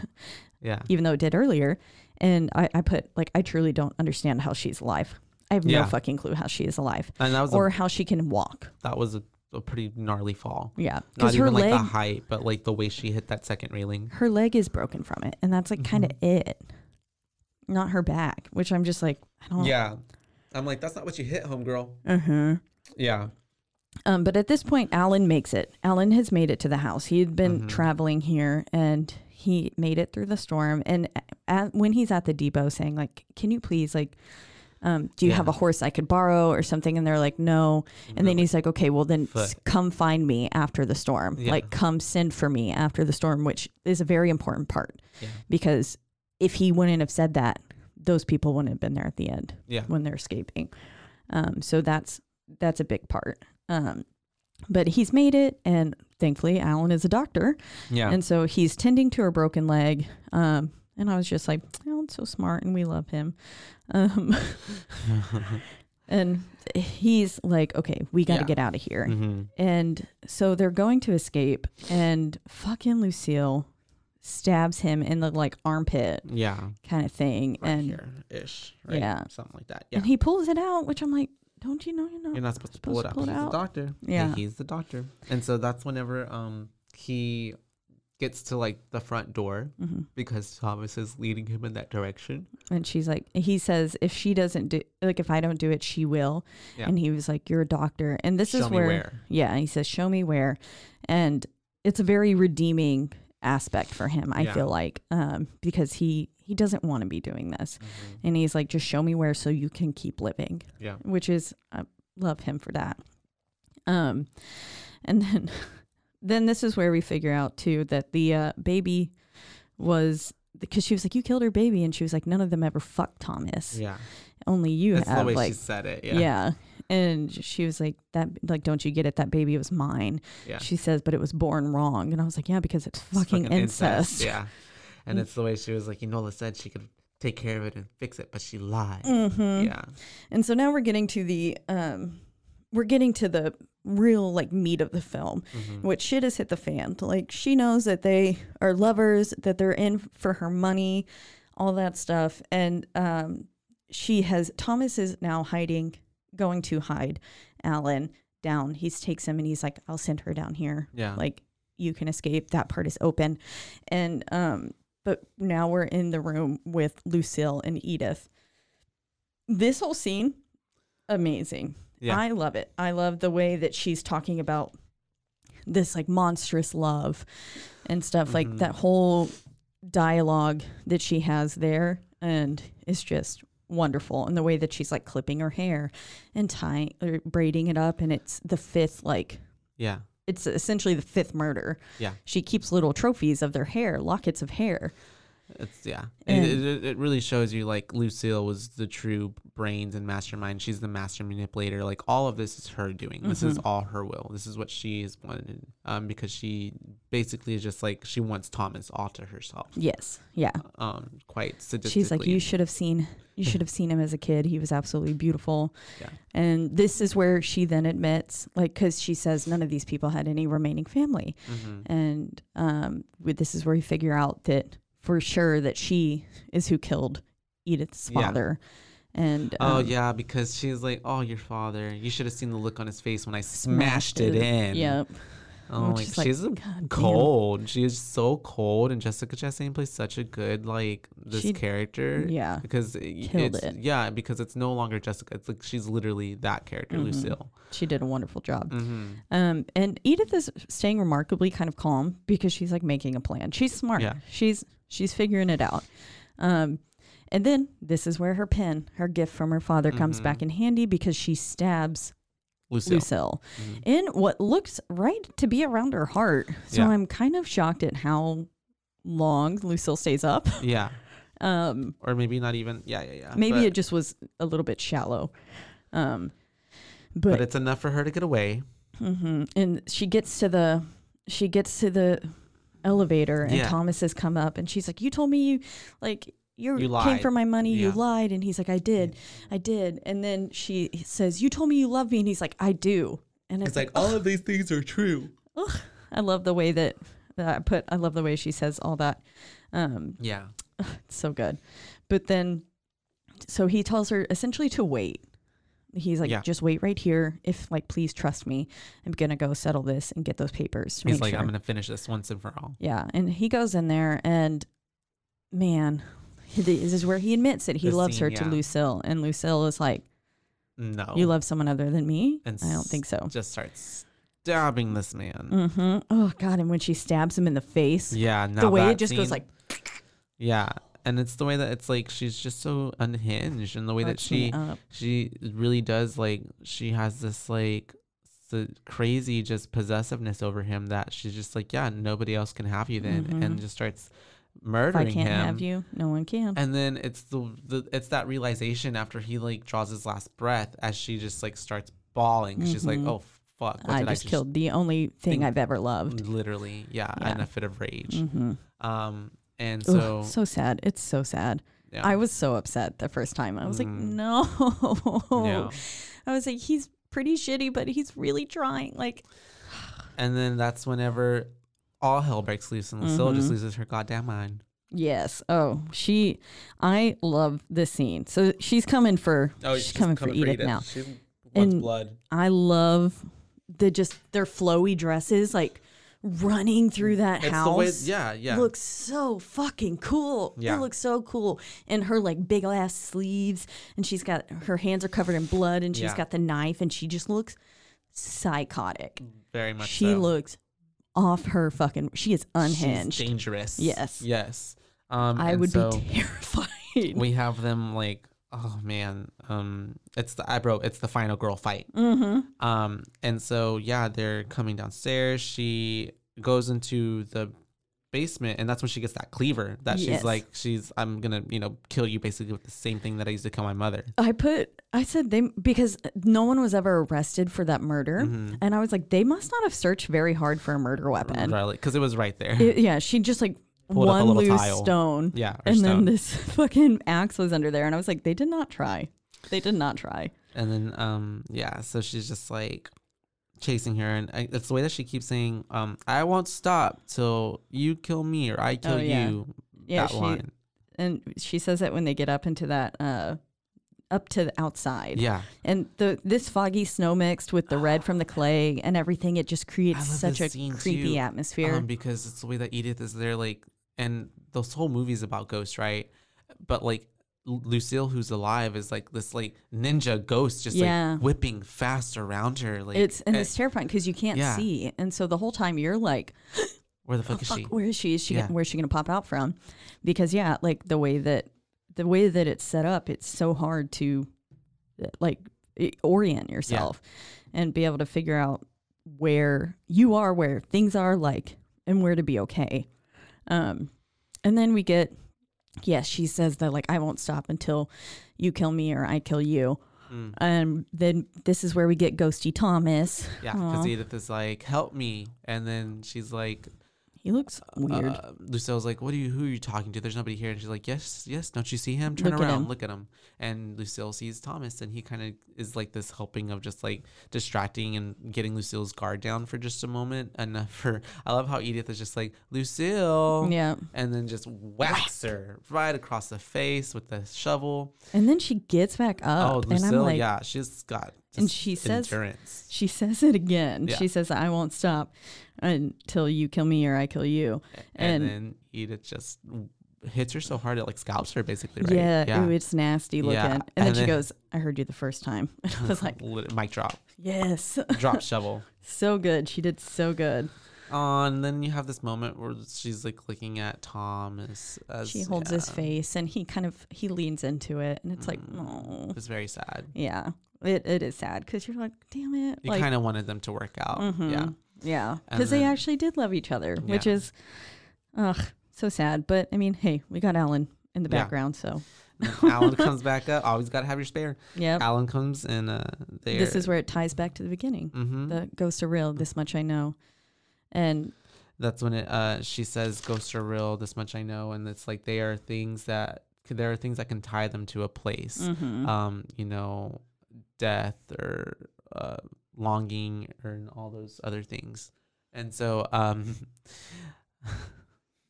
yeah.
even though it did earlier. And I, I put like I truly don't understand how she's alive. I have
Yeah.
no fucking clue how she is alive
And that was
or
a,
how she can walk.
that was a, a pretty gnarly fall.
Yeah,
Not
because her
even like
leg
the height, but like the way she hit that second railing.
her leg is broken from it, and that's like kind of
Mm-hmm.
it, not her back. Which I'm just like I don't.
Yeah, I'm like, that's not what you hit, homegirl.
Uh huh.
Yeah,
Um, but at this point, Alan makes it. Alan has made it to the house. He had
Mm-hmm.
been traveling here and he made it through the storm. And at, when he's at the depot saying, like, can you please, like, um, do you have
Yeah.
a horse I could borrow or something? And they're like, no. And then he's like, okay, well, then s-
Fuck.
come find me after the storm.
Yeah.
Like, come send for me after the storm, which is a very important part
Yeah.
because if he wouldn't have said that, those people wouldn't have been there at the end
yeah.
when they're escaping. Um, so that's that's a big part. Um, but he's made it, and thankfully, Alan is a doctor,
Yeah.
and so he's tending to her broken leg. Um, and I was just like, Alan's so smart, and we love him. Um, and he's like, okay, we got to
Yeah.
get out of here.
hmm
And so they're going to escape, and fucking Lucille stabs him in the like armpit
Yeah.
kind of thing,
Right
and
here ish. Right?
yeah.
Something like that. Yeah.
and he pulls it out, which I'm like, don't you know you're not
You're not supposed to pull it out. he's the doctor.
Yeah.
Like, he's the doctor. And so that's whenever um he gets to like the front door because Thomas is leading him in that direction.
And she's like, he says, if she doesn't do, like, if I don't do it, she will.
Yeah.
And he was like, you're a doctor. And this
Show
is
me
where,
where.
yeah, and he says, show me where. And it's a very redeeming aspect for him, I
Yeah.
feel like, um, because he, he doesn't want to be doing this. And he's like, just show me where so you can keep living,
Mm-hmm. Yeah.
which is, I love him for that. Um, and then, then this is where we figure out too that the uh, baby was because she was like, "You killed her baby," and she was like, "None of them ever fucked Thomas.
Yeah.
Only you
That's the
have."
way
Like,
she said it.
yeah.
Yeah.
And she was like, "That like, don't you get it? That baby was mine."
Yeah.
She says, "But it was born wrong," and I was like, "Yeah, because it's
It's
fucking, incest." Mm.
Yeah. And it's the way she was like, Enola said she could take care of it and fix it, but she lied.
Mhm.
Yeah.
And so now we're getting to the um, we're getting to the real like meat of the film,
Mm-hmm.
which shit has hit the fan. Like she knows that they are lovers, that they're in for her money, all that stuff, and um, she has Thomas is now hiding, going to hide Alan down. He takes him and he's like, "I'll send her down here."
Yeah.
like you can escape. That part is open, and um, but now we're in the room with Lucille and Edith this whole scene amazing
Yeah.
i love it i love the way that she's talking about this like monstrous love and stuff like that whole dialogue that she has there and it's just wonderful and the way that she's like clipping her hair and tying or braiding it up and it's the fifth like
Yeah.
it's essentially the fifth murder
Yeah.
she keeps little trophies of their hair lockets of hair
It's yeah.
And-
It, it, it- it really shows you like Lucille was the true brains and mastermind. She's the master manipulator. Like all of this is her doing. This
Mm-hmm.
is all her will. This is what she has wanted. Um, because she basically is just like she wants Thomas all to herself.
yes yeah
Um, quite sadistically.
She's like, you should have seen, you should have seen him as a kid. He was absolutely beautiful.
Yeah.
And this is where she then admits, like, because she says none of these people had any remaining family,
Mm-hmm.
and um, with- this is where we figure out that for sure that she is who killed Edith's
Yeah.
father. And
Oh
um,
yeah, because she's like, "Oh, your father. You should have seen the look on his face when I smashed it in."
Yep.
Oh,
Which
like
is like,
she's a
God
cold. She is so cold, and Jessica Chastain plays such a good like this
She-
character.
yeah,
because it,
killed
it's
it.
yeah, because it's no longer Jessica. It's like she's literally that character,
Mm-hmm.
Lucille.
she did a wonderful job.
Mm-hmm.
Um, and Edith is staying remarkably kind of calm because she's like making a plan. She's smart.
Yeah.
She's she's figuring it out. Um, and then this is where her pen, her gift from her father, comes back in handy because she stabs
Mm-hmm. Lucille. Mm-hmm.
Lucille in what looks right to be around her heart. So
Yeah.
I'm kind of shocked at how long Lucille stays up.
Yeah,
Um,
or maybe not even. Yeah, yeah, yeah.
maybe
but,
it just was a little bit shallow. Um, but,
But it's enough for her to get away.
hmm And she gets to the she gets to the elevator, and
Yeah.
Thomas has come up, and she's like, "You told me you like you're,
You
came
lied."
for my money. You
Yeah.
lied." And he's like, "I did, I did." And then she says, "You told me you love me," and he's like, "I do." And it's,
It's like all of these things are true.
I love the way that, that I put. I love the way she says all that. Um,
Yeah,
it's so good. But then, so he tells her essentially to wait. He's like,
Yeah.
just wait right here. If like, please trust me. I'm gonna go settle this and get those papers. to
he's
make
like, I'm
sure."
gonna finish this once and for all.
Yeah, and he goes in there, and man, this is where he admits that he
The
loves her
scene,
to
yeah.
Lucille, and Lucille is like,
No,
"You love someone other than me?"
And
I don't think so.
Just starts stabbing this man.
hmm Oh God! And when she stabs him in the face,
Yeah, now
the way
that
it just goes
scene-
like,
Yeah. And it's the way that it's like she's just so unhinged and the way that
Fucks me
she
up.
she really does like she has this like s- crazy just possessiveness over him that she's just like, Yeah, nobody else can have you then and just starts
Mm-hmm. "If I
murdering
can't
him.
have you, no one can."
And then it's the, the it's that realization after he like draws his last breath as she just like starts bawling. She's like, Oh fuck, what
Mm-hmm. I
did
just, killed the only thing
think-
I've ever loved.
literally, yeah,
Yeah.
in a fit of rage.
Mhm.
Um and
Ugh,
so,
so sad. It's so sad.
yeah.
I was so upset the first time. I was like,
Mhm.
no.
yeah.
I was like, he's pretty shitty, but he's really trying. Like,
And then that's whenever all hell breaks loose and Lucille
Mm-hmm.
just loses her goddamn mind.
Yes. Oh, she. I love this scene. So she's coming for.
Oh,
Oh, she's, coming, for Edith, now.
She wants
And-
blood.
I love the just their flowy dresses, like running through that house.
yeah, yeah.
Looks so fucking cool.
Yeah.
It looks so cool. And her like big ass sleeves, and she's got her hands are covered in blood, and she's
Yeah.
got the knife, and she just looks psychotic.
very much.
She
so.
looks off her fucking. She is
She's
unhinged.
dangerous.
Yes.
Yes. Um,
I
and
would
so
be terrified.
we have them like, oh man, um, it's the I bro, it's the final girl fight.
mm-hmm.
Um, and so yeah, they're coming downstairs. She goes into the basement, and that's when she gets that cleaver that
Yes.
she's like, she's I'm gonna you know kill you basically with the same thing that I used to kill my mother.
I put I said they because no one was ever arrested for that murder,
Mm-hmm.
and I was like, they must not have searched very hard for a murder weapon.
because it was right there.
It- yeah, she just like
Pulled up a
one
little
loose
tile.
stone,
yeah, or
and
stone.
then this fucking axe was under there, and I was like, they did not try. They did not try.
and then um yeah, so she's just like chasing her, and I, it's the way that she keeps saying um I won't stop till you kill me or I kill
Oh, yeah.
you.
Yeah,
that
she-
line.
And she says that when they get up into that, uh, up to the outside,
Yeah,
and the this foggy snow mixed with the red from the clay and everything, it just creates
love
such a
this scene,
creepy
too.
atmosphere.
Um, because it's the way that Edith is there, like, and this whole movie's about ghosts, right? But like Lu- Lucille, who's alive, is like this like ninja ghost, just
Yeah.
like whipping fast around her. Like,
it's and
eh,
it's terrifying because you can't
yeah.
see, and so the whole time you're like,
where the fuck is
Oh, fuck,
she?
where is she? Is she
Yeah.
where's she gonna pop out from? Because yeah, like the way that the way that it's set up, it's so hard to uh, like i- orient yourself and be able to figure out where you are, where things are like, and where to be okay. Um, and then we get yes, she says that like I won't stop until you kill me or I kill you.
Mm.
And then this is where we get Ghosty Thomas.
Yeah, because
Aw.
Edith is like, "Help me," and then she's like,
He looks weird.
Uh, Lucille's like, "What are you? Who are you talking to? There's nobody here." And she's like, "Yes, yes. Don't you see him? Turn
Look at
around,
him."
look at him." And Lucille sees Thomas, and he kind of is like this helping of just like distracting and getting Lucille's guard down for just a moment, enough for. I love how Edith is just like Lucille,
yeah.
and then just whacks her right across the face with the shovel.
And then she gets back up,
oh,
Uh, and I'm
Lucille,
like,
yeah, she's got
and
Just
she says
endurance.
she says it again.
Yeah.
She says, "I won't stop until you kill me or I kill you."
and,
and-
then Edith just hits her so hard it like scalps her basically, right?
Yeah, ooh, it's nasty looking.
Yeah,
And,
and
then she
then-
goes, "I heard you the first time," and I was like,
Lit- mic drop,
"Yes,
drop shovel.
so good. She did so good."
Oh, and then you have this moment where she's like looking at Tom as, as
She holds his
yeah,
face and he kind of he leans into it and it's like, oh,
It's very sad.
Yeah, it, it is sad because you're like, "Damn it!"
You
like,
kind of wanted them to work out. Yeah.
mhm, yeah,
And
because they
then-
actually did love each other, which
Yeah.
is, ugh, so sad. But I mean, hey, we got Alan in the
Yeah.
background, so
And then Alan comes back up. Always got to have your spare.
yeah.
Alan comes and uh, they
This is where it ties back to the beginning.
hmm
The ghosts are real. This much I know, and
That's when it. Uh, she says ghosts are real. This much I know, and it's like they are things that there are things that can tie them to a place.
mhm.
um, you know, death or uh, longing or and all those other things. And so um,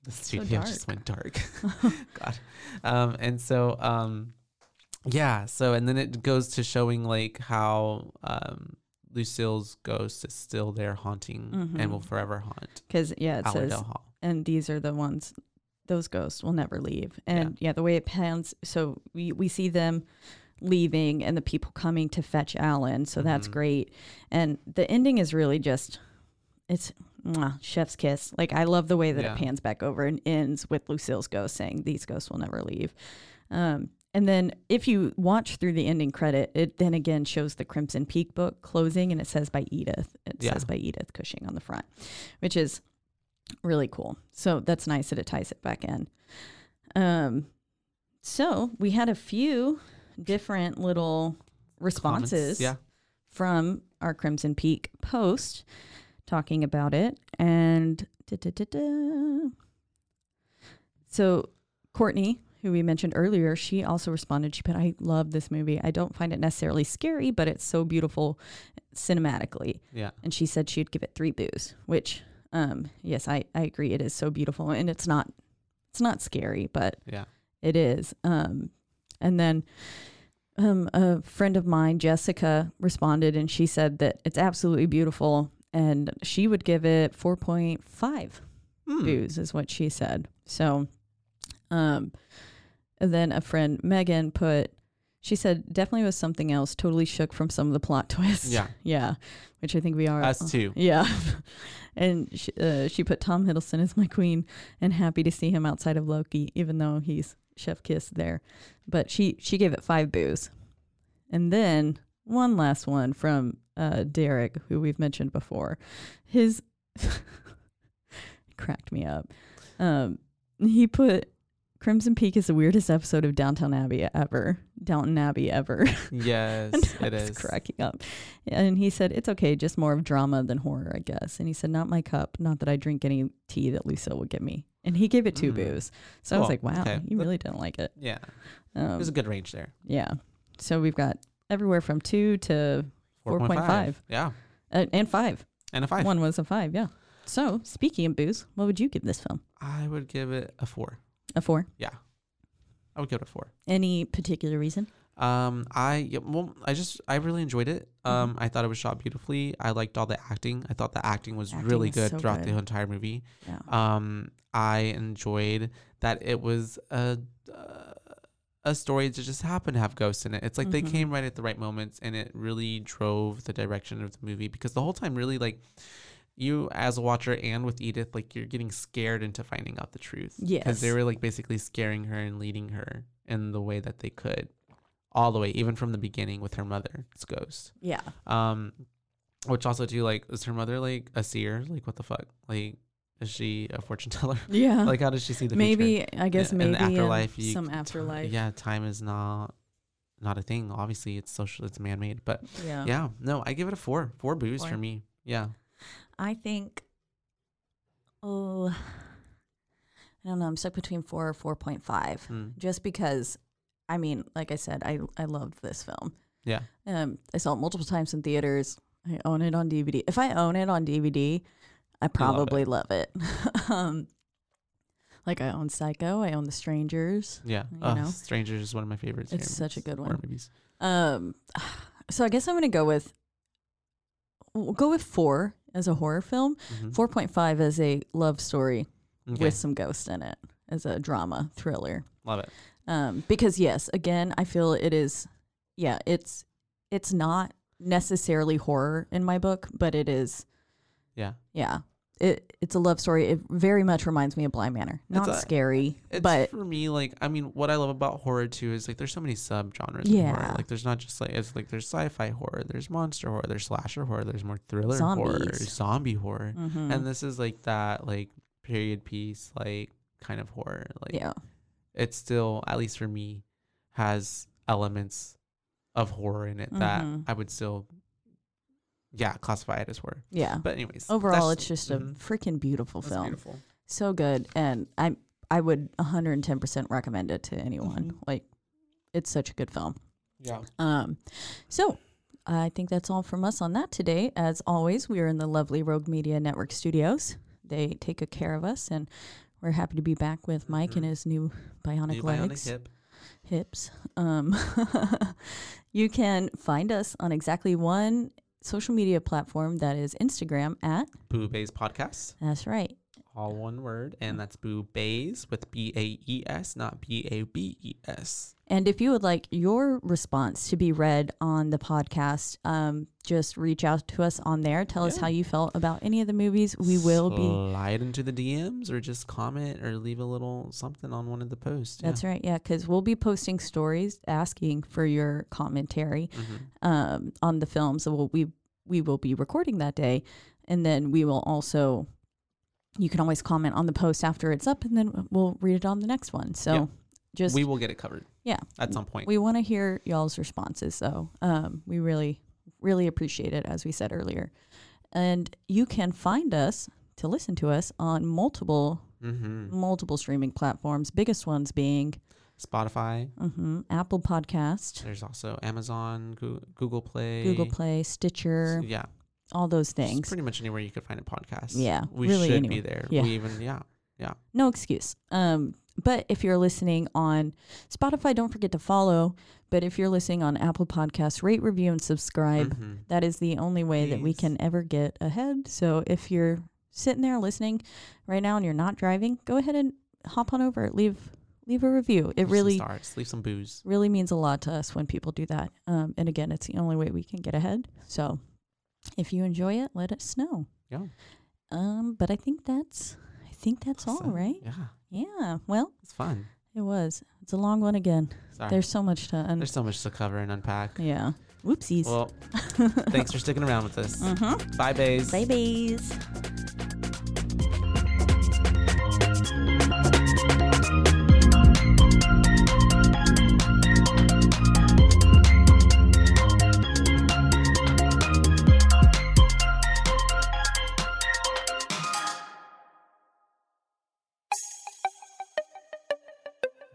the studio just went dark. God. Um, and so, um, yeah. So, and then it goes to showing like how um, Lucille's ghost is still there haunting and will forever haunt
Because yeah, it
Allerdale
Mm-hmm. says,
Hall.
and these are the ones; those ghosts will never leave. And yeah, the way it pans, so we we see them leaving, and the people coming to fetch Alan. So that's great. And the ending is really just, it's mwah, chef's kiss. Like I love the way that
Yeah.
it pans back over and ends with Lucille's ghost saying, "These ghosts will never leave." Um, and then if you watch through the ending credit, it then again shows the Crimson Peak book closing and it says by Edith. It
Yeah.
says by Edith Cushing on the front, which is really cool. So that's nice that it ties it back in. Um, so we had a few different little
Comments?
responses
Yeah.
from our Crimson Peak post talking about it. And da-da-da-da. so Courtney, who we mentioned earlier, she also responded. She put, I love this movie. I don't find it necessarily scary, but it's so beautiful cinematically.
Yeah.
And she said she'd give it three boos, which, um, yes, I, I agree. It is so beautiful and it's not, it's not scary, but
Yeah.
it is. Um, and then um, a friend of mine, Jessica, responded and she said that it's absolutely beautiful and she would give it 4.5
Hmm.
booze, is what she said. So, um, and then a friend, Megan, put, she said, definitely was something else, totally shook from some of the plot twists.
Yeah.
yeah. Which I think we are.
Us too.
Yeah. and she, uh, she put Tom Hiddleston as my queen and happy to see him outside of Loki, even though he's chef kiss there. But she, she gave it five boos. And then one last one from uh, Derek, who we've mentioned before. His cracked me up. Um, he put Crimson Peak is the weirdest episode of Downtown Abbey ever. Downton Abbey ever.
Yes,
I
it
was
is.
cracking up. And he said, It's okay, just more of drama than horror, I guess. And he said, Not my cup, not that I drink any tea that Lucille will give me. And he gave it two
Mm.
boos. So I was
Cool.
like, Wow,
Okay.
you
That-
really didn't like it.
Yeah.
Um,
There's a good range there.
yeah. So we've got everywhere from two to 4.5.
Yeah.
uh, and five.
And a five.
One was a five, yeah. So speaking of boos, what would you give this film?
I would give it a four.
A four?
I would give it a four.
Any particular reason?
Um, I yeah, well, I just I really enjoyed it.
Mm-hmm.
Um, I thought it was shot beautifully. I liked all the acting. I thought the acting was
Acting
really
was
good
so
throughout
good.
the entire movie.
Yeah.
Um, I enjoyed that it was a uh, a story that just happened to have ghosts in it. It's like they
Mhm.
came right at the right moments, and it really drove the direction of the movie because the whole time, really, like you as a watcher and with Edith, like you're getting scared into finding out the truth. because they
Yes.
were like basically scaring her and leading her in the way that they could, all the way, even from the beginning with her mother's ghost.
Yeah.
Um, which also too, like, is her mother like a seer? Like, what the fuck? Like, is she a fortune teller?
Yeah.
like, how does she see the future?
maybe I guess
in the
maybe in
afterlife, you
some
can ti-
afterlife.
yeah, time is not not a thing. Obviously, it's social. It's man made. But
Yeah.
yeah, no, I give it a four. Four boos
Oh. Four.
for me. Yeah.
I think oh I don't know, I'm stuck between four or four point five.
Mm.
Just because I mean, like I said, I I loved this film.
Yeah.
Um I saw it multiple times in theaters. I own it on DVD. If I own it on DVD, I probably love it. um like I own Psycho, I own The Strangers.
Yeah.
You
Uh,
know?
Strangers is one of my favorites.
It's such a
favorites
good
horror
one.
Movies.
Um, So I guess I'm going to go with we'll go with 4 as a horror film,
Mhm.
4.5 as a love story
Okay.
with some ghosts in it as a drama thriller.
Love it.
Um because yes, again, I feel it is yeah, it's it's not necessarily horror in my book, but it is
Yeah.
yeah. It it's a love story. It very much reminds me of Blind Manor.
It's
Not
a-
scary,
It's
but
for me, like, I mean, what I love about horror too is like there's so many subgenres of horror.
Yeah.
Like, there's not just like, it's like there's sci fi horror, there's monster horror, there's slasher horror, there's more thriller horror,
Zombies.
zombie horror.
mhm.
And this is like that, like, period piece, like, kind of horror. Like,
yeah.
it still, at least for me, has elements of horror in it that
Mhm.
I would still, yeah, classify it as horror.
Yeah.
But, anyways,
Overall,
that's-
it's just a
mhm.
freaking beautiful
That's
film.
beautiful.
So good, and I I would 110 percent recommend it to anyone.
Mhm.
Like, it's such a good film.
Yeah.
Um, so I think that's all from us on that today. As always, we are in the lovely Rogue Media Network studios. They take good care of us, and we're happy to be back with Mike and
Mhm.
his new bionic
New bionic
legs.
hip.
hips. Um, you can find us on exactly one social media platform that is Instagram at
Boo Bays Podcast.
that's right.
all one word, and that's Boo Bays with B A E S, not B A B E S.
And if you would like your response to be read on the podcast, um, just reach out to us on there. Tell us
Yeah.
how you felt about any of the movies. We will be.
slide into the DMs or just comment or leave a little something on one of the posts.
That's right. Yeah. Because we'll be posting stories asking for your commentary.
right. hmm
um, on the film. So we'll, we we will be recording that day, and then we will also. You can always comment on the post after it's up, and then we'll read it on the next one. So
Yep.
just
we
we,
will get it covered.
Yeah.
At some point.
want to hear y'all's responses. So um, we really really appreciate it, as we said earlier, and you can find us to listen to us on multiple
hmm
multiple streaming platforms. Biggest ones being
Spotify.
mhm, Apple Podcast,
There's also Amazon, Goo- Google Play.
Google Play,
S-
Stitcher,
Yeah.
all those
just
things.
Pretty much anywhere you could find a podcast.
Yeah,
We
really
should be
anywhere.
there.
Yeah.
We even, yeah.
no excuse. Um, but if you're listening on Spotify, don't forget to follow. But if you're listening on Apple Podcasts, rate, review, and subscribe.
Mhm.
That is the only way that we
Please.
can ever get ahead. So if you're sitting there listening right now and you're not driving, go ahead and hop on over. Leave leave a review. It
Leave some
really
stars. Leave some booze.
really means a lot to us when people do that. Um, and again, it's the only way we can get ahead. So if you enjoy it, let us know.
Yeah.
Um, but I think that's I think that's all,
So,
right?
uh, Yeah.
Yeah. Well,
It's fun.
it was. It's a long one again.
Sorry.
There's so much to un-
Ah. There's so much to cover and unpack.
yeah. Whoopsies.
Well, thanks for sticking around with us.
uh-huh.
Bye, Bays.
Babies.